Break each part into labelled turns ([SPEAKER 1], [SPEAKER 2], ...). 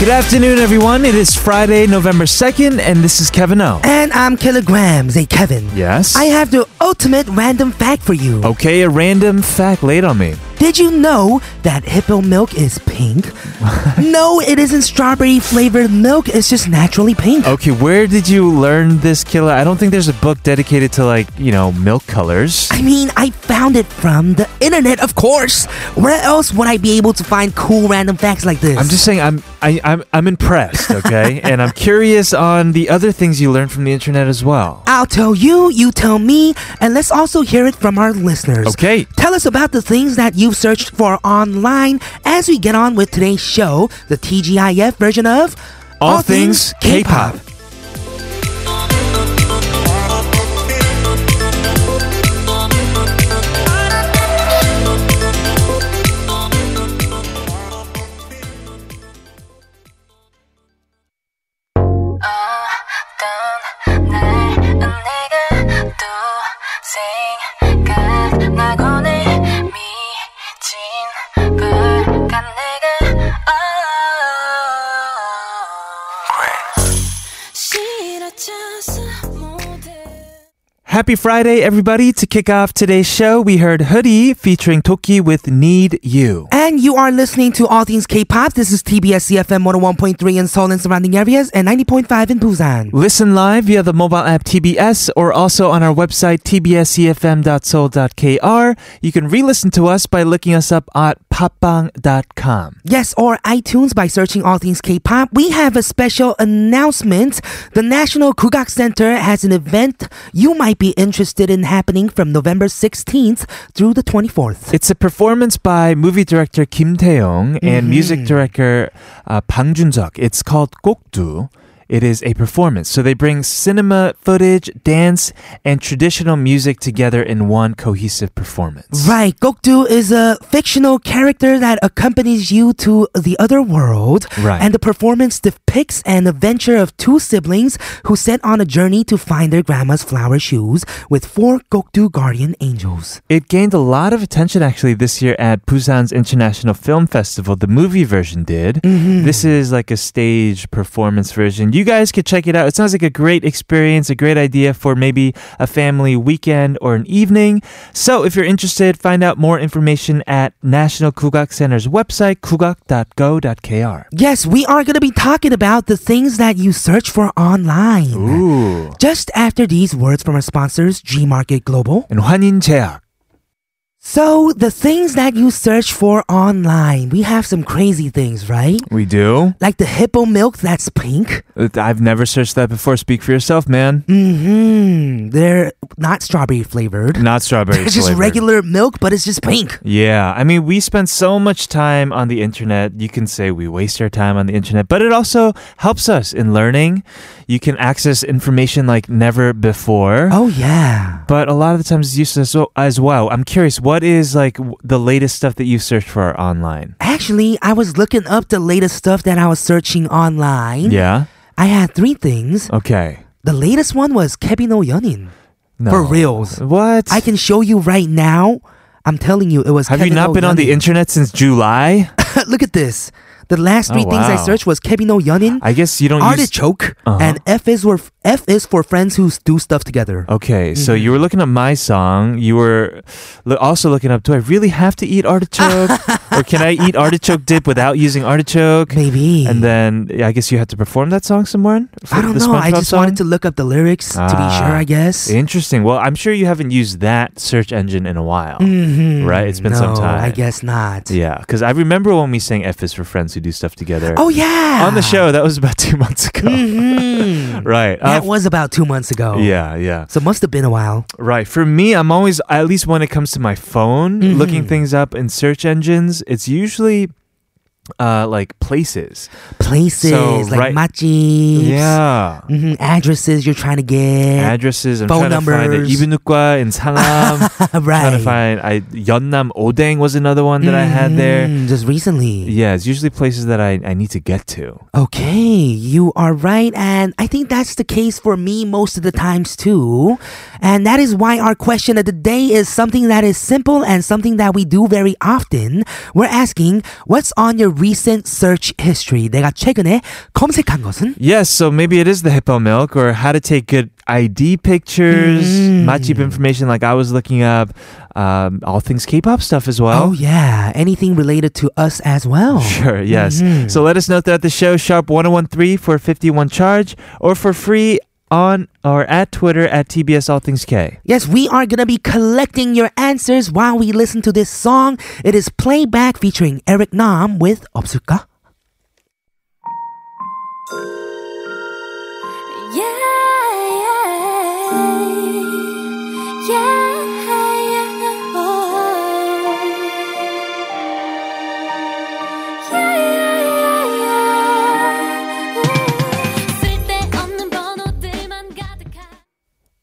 [SPEAKER 1] Good afternoon, everyone. It is Friday, November 2nd, and this is Kevin O.
[SPEAKER 2] And I'm Kilograms, hey Kevin.
[SPEAKER 1] Yes?
[SPEAKER 2] I have the ultimate random fact for you.
[SPEAKER 1] Okay, a random fact laid on me.
[SPEAKER 2] Did you know that hippo milk is pink? no, it isn't strawberry flavored milk, it's just naturally pink.
[SPEAKER 1] Okay, where did you learn this killer? I don't think there's a book dedicated to, like, you know, milk colors.
[SPEAKER 2] I mean, I found it from the internet, of course. Where else would I be able to find cool random facts like this?
[SPEAKER 1] I'm just saying I'm I, I'm I'm impressed, okay? and I'm curious on the other things you learned from the internet as well.
[SPEAKER 2] I'll tell you, you tell me, and let's also hear it from our listeners.
[SPEAKER 1] Okay.
[SPEAKER 2] Tell us about the things that you've searched for online as we get on with today's show, the TGIF version of
[SPEAKER 1] All Things K-Pop.
[SPEAKER 3] 어떤 날 내가 또 생각나고네 미친 불같 내가 실어져서 못해
[SPEAKER 1] Happy Friday, everybody. To kick off today's show, we heard Hoodie featuring Toki with Need You.
[SPEAKER 2] And you are listening to All Things K-Pop. This is TBS CFM 101.3 in Seoul and surrounding areas and 90.5 in Busan.
[SPEAKER 1] Listen live via the mobile app TBS or also on our website E tbscfm.soul.kr. You can re-listen to us by looking us up at popbang.com.
[SPEAKER 2] Yes, or iTunes by searching All Things K-Pop. We have a special announcement. The National Kugak Center has an event you might be interested in happening from November 16th through the 24th.
[SPEAKER 1] It's a performance by movie director Kim Tae-yong and music director uh, Bang Jun-seok. It's called Gokdu. It is a performance. So they bring cinema footage, dance, and traditional music together in one cohesive performance.
[SPEAKER 2] Right, Gokdu is a fictional character that accompanies you to the other world.
[SPEAKER 1] Right.
[SPEAKER 2] And the performance depicts an adventure of two siblings who set on a journey to find their grandma's flower shoes with four Gokdu guardian angels.
[SPEAKER 1] It gained a lot of attention actually this year at Busan's International Film Festival. The movie version did.
[SPEAKER 2] Mm-hmm.
[SPEAKER 1] This is like a stage performance version. You guys could check it out. It sounds like a great experience, a great idea for maybe a family weekend or an evening. So if you're interested, find out more information at National Kugak Center's website, kugak.go.kr.
[SPEAKER 2] Yes, we are going to be talking about the things that you search for online.
[SPEAKER 1] Ooh.
[SPEAKER 2] Just after these words from our sponsors, G Market Global.
[SPEAKER 1] And 환인 제약.
[SPEAKER 2] So, the things that you search for online, we have some crazy things, right?
[SPEAKER 1] We do.
[SPEAKER 2] Like the hippo milk that's pink.
[SPEAKER 1] I've never searched that before. Speak for yourself, man.
[SPEAKER 2] Mm-hmm. They're not strawberry flavored.
[SPEAKER 1] Not strawberry.
[SPEAKER 2] It's just
[SPEAKER 1] flavored.
[SPEAKER 2] regular milk, but it's just pink.
[SPEAKER 1] Yeah, I mean, we spend so much time on the internet. You can say we waste our time on the internet, but it also helps us in learning. You can access information like never before.
[SPEAKER 2] Oh yeah.
[SPEAKER 1] But a lot of the times it's useless so- as well. I'm curious, what is like w- the latest stuff that you search for online?
[SPEAKER 2] Actually, I was looking up the latest stuff that I was searching online.
[SPEAKER 1] Yeah.
[SPEAKER 2] I had three things.
[SPEAKER 1] Okay.
[SPEAKER 2] The latest one was Kebino Yonin.
[SPEAKER 1] No.
[SPEAKER 2] For reals.
[SPEAKER 1] What?
[SPEAKER 2] I can show you right now. I'm telling you, it was.
[SPEAKER 1] Have you
[SPEAKER 2] Kevin
[SPEAKER 1] not been on the
[SPEAKER 2] O'Yonin.
[SPEAKER 1] internet since July?
[SPEAKER 2] Look at this. The last
[SPEAKER 1] Oh,
[SPEAKER 2] three things I
[SPEAKER 1] wow.
[SPEAKER 2] searched was Kebino Yonin,
[SPEAKER 1] I guess you Uh-huh. don't use.
[SPEAKER 2] artichoke, and F is for F is for friends who do stuff together.
[SPEAKER 1] Okay, so
[SPEAKER 2] Mm-hmm.
[SPEAKER 1] you were looking up my song. You were lo- also looking up, do I really have to eat artichoke? or can I eat artichoke dip without using artichoke?
[SPEAKER 2] Maybe.
[SPEAKER 1] And then I guess you had to perform that song somewhere?
[SPEAKER 2] I don't know. I just wanted to look up the lyrics to be sure,
[SPEAKER 1] Ah,
[SPEAKER 2] I guess.
[SPEAKER 1] Interesting. Well, I'm sure you haven't used that search engine in a while.
[SPEAKER 2] Mhm.
[SPEAKER 1] Right? It's been
[SPEAKER 2] no,
[SPEAKER 1] some time.
[SPEAKER 2] I guess not.
[SPEAKER 1] Yeah, because I remember when we sang F is for Friends Who Do Stuff Together.
[SPEAKER 2] Oh, yeah.
[SPEAKER 1] On the show, that was about two months ago.
[SPEAKER 2] Mhm.
[SPEAKER 1] Right.
[SPEAKER 2] that
[SPEAKER 1] Uh,
[SPEAKER 2] was about two months ago.
[SPEAKER 1] yeah, yeah.
[SPEAKER 2] So it must have been a while.
[SPEAKER 1] Right. For me, I'm always, at least when it comes to my phone,
[SPEAKER 2] Mm-hmm.
[SPEAKER 1] looking things up in search engines, it's usually uh, like places.
[SPEAKER 2] Places
[SPEAKER 1] So,
[SPEAKER 2] like
[SPEAKER 1] right-
[SPEAKER 2] matches,
[SPEAKER 1] Yeah.
[SPEAKER 2] hmm addresses you're trying to get.
[SPEAKER 1] Addresses. I'm
[SPEAKER 2] Phone
[SPEAKER 1] trying to find it.
[SPEAKER 2] numbers.
[SPEAKER 1] 이비인후과 in Sangam. Trying
[SPEAKER 2] right.
[SPEAKER 1] to find I Yeonnam Odeng was another one that I had there.
[SPEAKER 2] Mhm, Just recently.
[SPEAKER 1] Yeah, it's usually places that I, I need to get to.
[SPEAKER 2] Okay, you are right. And I think that's the case for me most of the times too. And that is why our question of the day is something that is simple and something that we do very often. We're asking, what's on your recent search history. 내가 최근에 검색한 것은
[SPEAKER 1] Yes, so maybe it is the hippo milk or how to take good ID pictures,
[SPEAKER 2] Mm-hmm.
[SPEAKER 1] 맛집 information like I was looking up, um, all things K-pop stuff as well.
[SPEAKER 2] Oh yeah, anything related to us as well.
[SPEAKER 1] Sure, yes.
[SPEAKER 2] Mm-hmm.
[SPEAKER 1] So let us know throughout the show, sharp 1013 for 51 charge or for free on or at Twitter at TBS All Things K.
[SPEAKER 2] Yes, we are gonna be collecting your answers while we listen to this song. It is playback featuring Eric Nam with 없을까?
[SPEAKER 3] Yeah, yeah, yeah, oh. Yeah, yeah, yeah, yeah. 쓸데없는 번호들만 가득한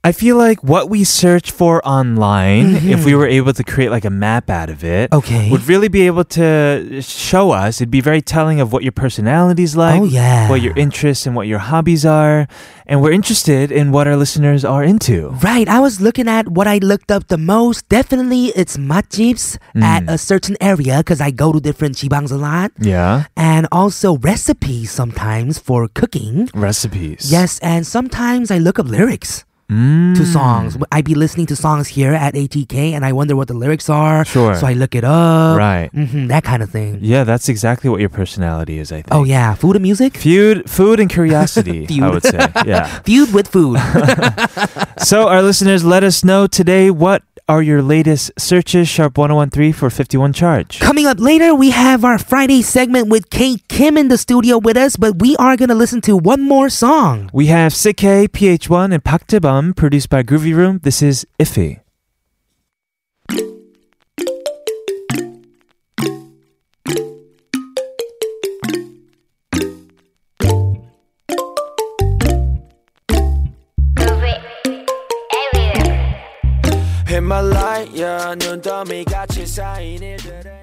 [SPEAKER 1] I feel like what we search for online, if we were able to create like a map out of it,
[SPEAKER 2] Mm-hmm. Okay.
[SPEAKER 1] would really be able to show us. It'd be very telling of what your personality's like,
[SPEAKER 2] Oh, yeah.
[SPEAKER 1] what your interests and what your hobbies are, and we're interested in what our listeners are into.
[SPEAKER 2] Right, I was looking at what I looked up the most. Definitely, it's matjibs
[SPEAKER 1] Hmm.
[SPEAKER 2] at a certain area because I go to different jibangs a lot,
[SPEAKER 1] Yeah,
[SPEAKER 2] and also recipes sometimes for cooking.
[SPEAKER 1] recipes. Mm,
[SPEAKER 2] Yes, and sometimes I look up lyrics to
[SPEAKER 1] Hmm.
[SPEAKER 2] songs. I be listening to songs here at ATK, and I wonder what the lyrics are.
[SPEAKER 1] Sure.
[SPEAKER 2] So I look it up.
[SPEAKER 1] Right.
[SPEAKER 2] hmm that kind of thing.
[SPEAKER 1] Yeah, that's exactly what your personality is. I think.
[SPEAKER 2] Oh yeah, food and music.
[SPEAKER 1] Feud, food, and curiosity. I
[SPEAKER 2] Feud.
[SPEAKER 1] would say. Yeah.
[SPEAKER 2] Feud with food.
[SPEAKER 1] so, our listeners, let us know today what are your latest searches. Sharp one zero one three for fifty one charge.
[SPEAKER 2] Coming up later, we have our Friday segment with Kate Kim in the studio with us, but we are gonna listen to one more song.
[SPEAKER 1] We have CK, PH1, and Pak Tibum, produced by Groovy Room. This is Iffy.
[SPEAKER 4] 히말라야 눈더미 같이 쌓인 일들은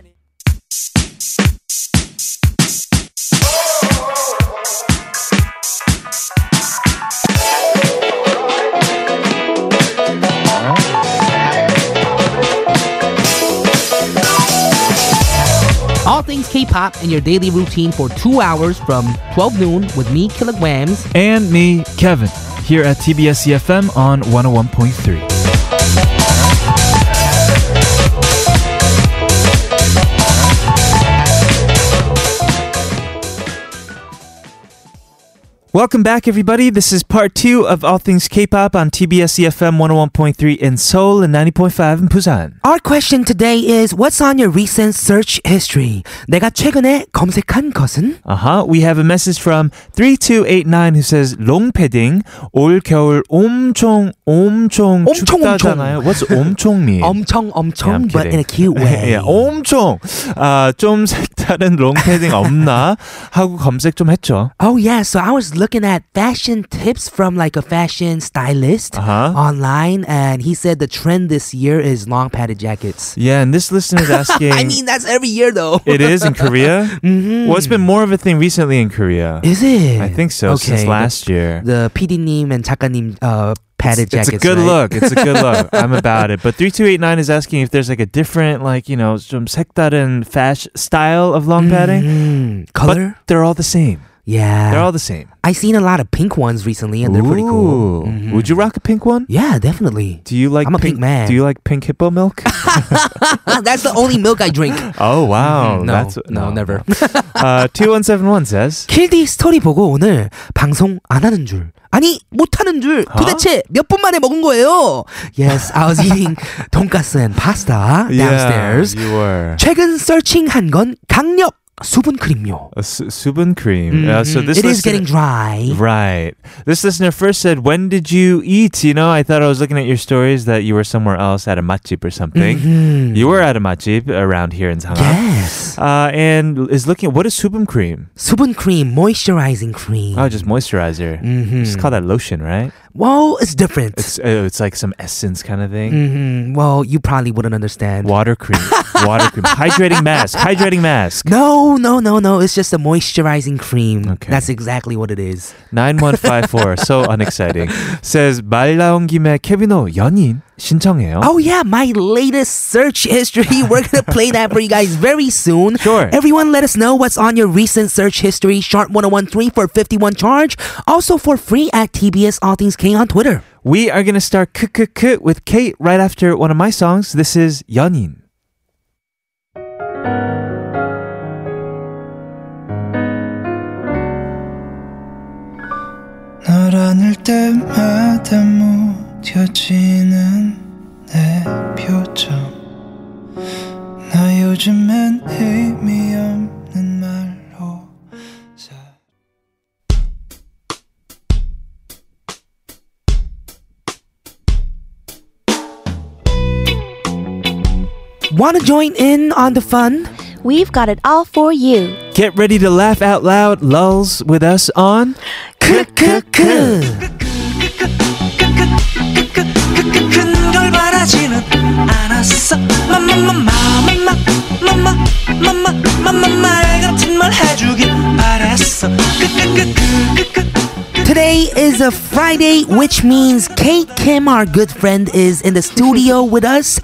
[SPEAKER 2] All things K-pop in your daily routine for two hours from 12 noon with me, Kilograms.
[SPEAKER 1] And me, Kevin, here at TBS EFM E on 101.3. Welcome back, everybody. This is part two of All Things K-Pop on TBS EFM 101.3 in Seoul and 90.5 in Busan.
[SPEAKER 2] Our question today is what's on your recent search history? 내가 최근에 검색한 것은?
[SPEAKER 1] Uh-huh. We have a message from 3289 who says 롱패딩 올 겨울 엄청 엄청
[SPEAKER 2] 엄청,
[SPEAKER 1] 춥다잖아요. What's 엄청 mean?
[SPEAKER 2] 엄청
[SPEAKER 1] Yeah, I'm
[SPEAKER 2] 엄청 but in a
[SPEAKER 1] kidding.
[SPEAKER 2] cute way.
[SPEAKER 1] yeah, 엄청 아, 좀 색다른 롱패딩 없나 하고 검색 좀 했죠.
[SPEAKER 2] Oh yeah, so I was looking at fashion tips from like a fashion stylist
[SPEAKER 1] Uh-huh.
[SPEAKER 2] online and he said the trend this year is long padded jackets.
[SPEAKER 1] Yeah, and this listener is asking
[SPEAKER 2] I mean that's every year though.
[SPEAKER 1] it is in Korea? Well, it's been more of a thing recently in Korea.
[SPEAKER 2] Is it?
[SPEAKER 1] I think so since
[SPEAKER 2] the-
[SPEAKER 1] last year.
[SPEAKER 2] The PD님 and 작가님 uh, padded
[SPEAKER 1] it's
[SPEAKER 2] jackets.
[SPEAKER 1] a good
[SPEAKER 2] right?
[SPEAKER 1] look. It's a good look. I'm about it. But three two eight nine is asking if there's like a different, like you know, some 색다른 fashion style of long padding.
[SPEAKER 2] Mm, Mm-hmm. color?
[SPEAKER 1] But they're all the same.
[SPEAKER 2] yeah.
[SPEAKER 1] They're all the same.
[SPEAKER 2] I seen a lot of pink ones recently, and they're pretty cool. Mm-hmm.
[SPEAKER 1] Ooh. Would you rock a pink one?
[SPEAKER 2] Yeah, definitely.
[SPEAKER 1] Do you like?
[SPEAKER 2] I'm a pink man.
[SPEAKER 1] Do you like pink hippo milk?
[SPEAKER 2] Ah, That's the only milk I drink.
[SPEAKER 1] oh wow,
[SPEAKER 2] Mm, no,
[SPEAKER 1] that's
[SPEAKER 2] no, never.
[SPEAKER 1] Uh, Two one seven one says.
[SPEAKER 2] 킬디 스토리 보고 오늘 방송 안 하는 줄 아니 못 하는 줄
[SPEAKER 1] 어?
[SPEAKER 2] 도대체 몇 분 만에 먹은 거예요? Yes, I was eating 돈가스 and pasta downstairs.
[SPEAKER 1] Yeah, you were.
[SPEAKER 2] 최근 서칭한 건 강력 수분 크림요. 음,
[SPEAKER 1] A su- subun cream. Uh, so this
[SPEAKER 2] Mm-hmm. it is
[SPEAKER 1] listener-
[SPEAKER 2] getting dry.
[SPEAKER 1] Right. This listener first said, "When did you eat?" You know, I thought I was looking at your stories that you were somewhere else at a matjib or something. You were at a matjib around here in Sangha.
[SPEAKER 2] Mm-hmm. 음. Yes,
[SPEAKER 1] Uh, and is looking what is subum cream?
[SPEAKER 2] 수분 크림, moisturizing cream.
[SPEAKER 1] Oh, just moisturizer. Just call that lotion, right?
[SPEAKER 2] well, it's different.
[SPEAKER 1] It's uh, it's like some essence kind of thing.
[SPEAKER 2] hmm Well, you probably wouldn't understand.
[SPEAKER 1] Water cream, water cream, hydrating mask, hydrating mask.
[SPEAKER 2] No, no, no, no. It's just a moisturizing cream.
[SPEAKER 1] Okay.
[SPEAKER 2] That's exactly what it is.
[SPEAKER 1] Nine one five four. So unexciting. Says 말 나온 김에 케비노 연인. 신청해요.
[SPEAKER 2] Oh yeah, my latest search history. We're gonna play that for you guys very soon.
[SPEAKER 1] Sure.
[SPEAKER 2] Everyone let us know what's on your recent search history. Sharp 1013 for 51 charge. Also for free at TBS All Things K on Twitter.
[SPEAKER 1] We are going to start KKK with Kate right after one of my songs. This is 연인.
[SPEAKER 5] 널 안을 때마다 무뎌지는 내 표정 나 요즘엔 의미 없는 말로 살
[SPEAKER 2] Wanna join in on the fun?
[SPEAKER 6] We've got it all for you.
[SPEAKER 1] Get ready to laugh out loud, lulls with us on
[SPEAKER 2] 크크크.
[SPEAKER 5] 큰걸 바라지는 않았어 마마마마마마마마마마말 같은 말 해주길 바랬어
[SPEAKER 2] Today is a Friday, which means Kate Kim, our good friend, is in the studio with us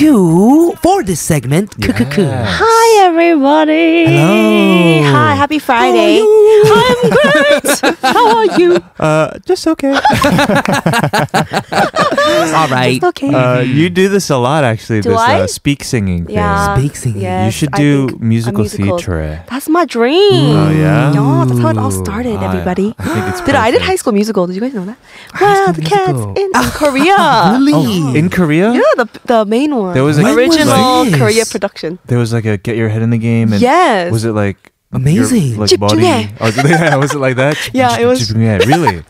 [SPEAKER 2] to for this segment. 크크크.
[SPEAKER 6] Hi, everybody.
[SPEAKER 1] Hello.
[SPEAKER 6] Hi, happy Friday. I'm great. How are you?
[SPEAKER 1] uh, just okay.
[SPEAKER 2] All right.
[SPEAKER 6] Okay.
[SPEAKER 1] uh, you do this a lot, actually.
[SPEAKER 6] Do
[SPEAKER 1] this
[SPEAKER 6] I?
[SPEAKER 1] Uh, speak singing thing.
[SPEAKER 6] yeah.
[SPEAKER 2] Speak singing. You
[SPEAKER 1] You
[SPEAKER 6] Yes,
[SPEAKER 1] should
[SPEAKER 6] I
[SPEAKER 1] do
[SPEAKER 6] think a
[SPEAKER 1] musical,
[SPEAKER 6] musical.
[SPEAKER 1] theater.
[SPEAKER 6] That's my dream.
[SPEAKER 1] Oh, yeah?
[SPEAKER 6] that's how it all started,
[SPEAKER 1] I-
[SPEAKER 6] everybody.
[SPEAKER 1] Ah, I think it's
[SPEAKER 6] did I I did
[SPEAKER 1] perfect.
[SPEAKER 6] High School Musical? Did you guys know that? Well, the cats
[SPEAKER 1] Musical.
[SPEAKER 6] in, in Korea.
[SPEAKER 2] Oh, Really?
[SPEAKER 1] Oh, In Korea,
[SPEAKER 6] Yeah, the the main one.
[SPEAKER 1] There was a- When was
[SPEAKER 6] original
[SPEAKER 2] this?
[SPEAKER 6] Korea production.
[SPEAKER 1] there was like a get your head in the game. And
[SPEAKER 6] Yes.
[SPEAKER 1] Was it like
[SPEAKER 2] Amazing.
[SPEAKER 1] Your, like body.
[SPEAKER 6] 집중해.
[SPEAKER 1] Oh, yeah, was it like that?
[SPEAKER 6] Yeah, it was-
[SPEAKER 1] 집중해. Really?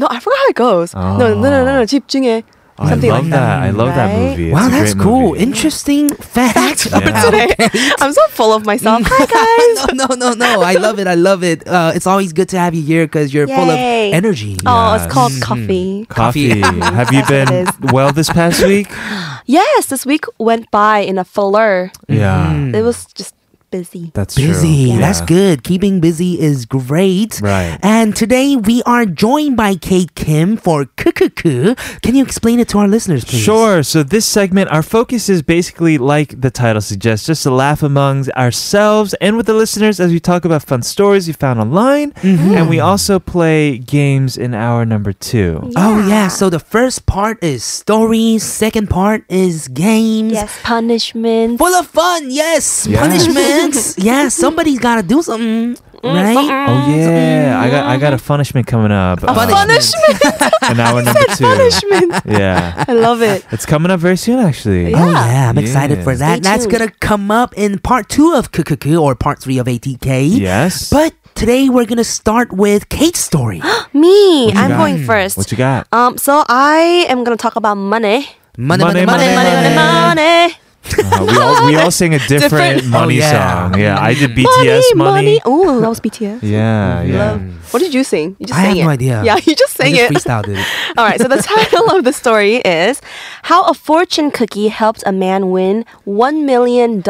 [SPEAKER 6] No, I forgot how it goes. No, no, no, no, no, 집중해.
[SPEAKER 1] I love
[SPEAKER 6] Something like
[SPEAKER 1] that. I love that
[SPEAKER 6] right?
[SPEAKER 1] movie.
[SPEAKER 2] Wow,
[SPEAKER 1] It's a
[SPEAKER 2] that's
[SPEAKER 1] great
[SPEAKER 2] cool.
[SPEAKER 1] movie.
[SPEAKER 2] Interesting fact about
[SPEAKER 6] Today, I'm so full of myself. Hi guys.
[SPEAKER 2] no, no, no, no. I love it. I love it. Uh, it's always good to have you here because you're full of
[SPEAKER 6] Yay.
[SPEAKER 2] energy.
[SPEAKER 6] Oh,
[SPEAKER 1] Yes.
[SPEAKER 6] it's called coffee.
[SPEAKER 1] Coffee. Have you been
[SPEAKER 6] That's what it
[SPEAKER 1] well this past week?
[SPEAKER 6] Yes, this week went by in a fuller.
[SPEAKER 1] Yeah,
[SPEAKER 6] It was just busy.
[SPEAKER 1] Mm-hmm. that's true.
[SPEAKER 2] Busy.
[SPEAKER 1] Yeah.
[SPEAKER 2] That's good. Keeping busy is great.
[SPEAKER 1] Right.
[SPEAKER 2] And today we are joined by Kate Kim for Kukuku. Can you explain it to our listeners, please?
[SPEAKER 1] Sure. So this segment, our focus is basically like the title suggests, just to laugh amongst ourselves and with the listeners as we talk about fun stories we found online,
[SPEAKER 6] Mm-hmm.
[SPEAKER 1] and we also play games in hour number two.
[SPEAKER 2] Oh, yeah. So the first part is stories, second part is games.
[SPEAKER 6] Yes, punishment.
[SPEAKER 2] Full of fun, yes.
[SPEAKER 1] Yeah.
[SPEAKER 2] Punishments, yes. Somebody's got to do something,
[SPEAKER 6] Mm,
[SPEAKER 2] right?
[SPEAKER 1] Oh yeah, I got I got a punishment coming up. uh,
[SPEAKER 6] punishment.
[SPEAKER 1] in hour number two.
[SPEAKER 6] punishment.
[SPEAKER 1] Yeah,
[SPEAKER 6] I love it.
[SPEAKER 1] it's coming up very soon actually.
[SPEAKER 2] Oh yeah, I'm excited
[SPEAKER 1] Yeah.
[SPEAKER 2] for that.
[SPEAKER 6] Stay
[SPEAKER 2] That's
[SPEAKER 6] tuned.
[SPEAKER 2] gonna come up in part two of Kukuku or part three of ATK.
[SPEAKER 1] Yes.
[SPEAKER 2] But today we're gonna start with Kate's story.
[SPEAKER 6] Me,
[SPEAKER 1] you
[SPEAKER 6] I'm
[SPEAKER 1] got?
[SPEAKER 6] going first.
[SPEAKER 1] what you got?
[SPEAKER 6] Um, so I am gonna talk about money.
[SPEAKER 2] Money,
[SPEAKER 1] Money,
[SPEAKER 6] Money, money, money, money.
[SPEAKER 1] Uh, we all we all sing a different,
[SPEAKER 6] Different.
[SPEAKER 1] money
[SPEAKER 2] Oh, yeah.
[SPEAKER 1] song. Yeah, I did
[SPEAKER 6] Money,
[SPEAKER 1] BTS money.
[SPEAKER 6] money. Oh, that was BTS.
[SPEAKER 1] Yeah, yeah.
[SPEAKER 6] What did you sing? You just
[SPEAKER 2] I
[SPEAKER 6] sang
[SPEAKER 2] have
[SPEAKER 6] it.
[SPEAKER 2] no idea.
[SPEAKER 6] Yeah, you just
[SPEAKER 2] I
[SPEAKER 6] sang
[SPEAKER 2] just
[SPEAKER 6] it.
[SPEAKER 2] freestyled it.
[SPEAKER 6] All right, so the title of the story is How a Fortune Cookie Helped a Man Win $1 Million.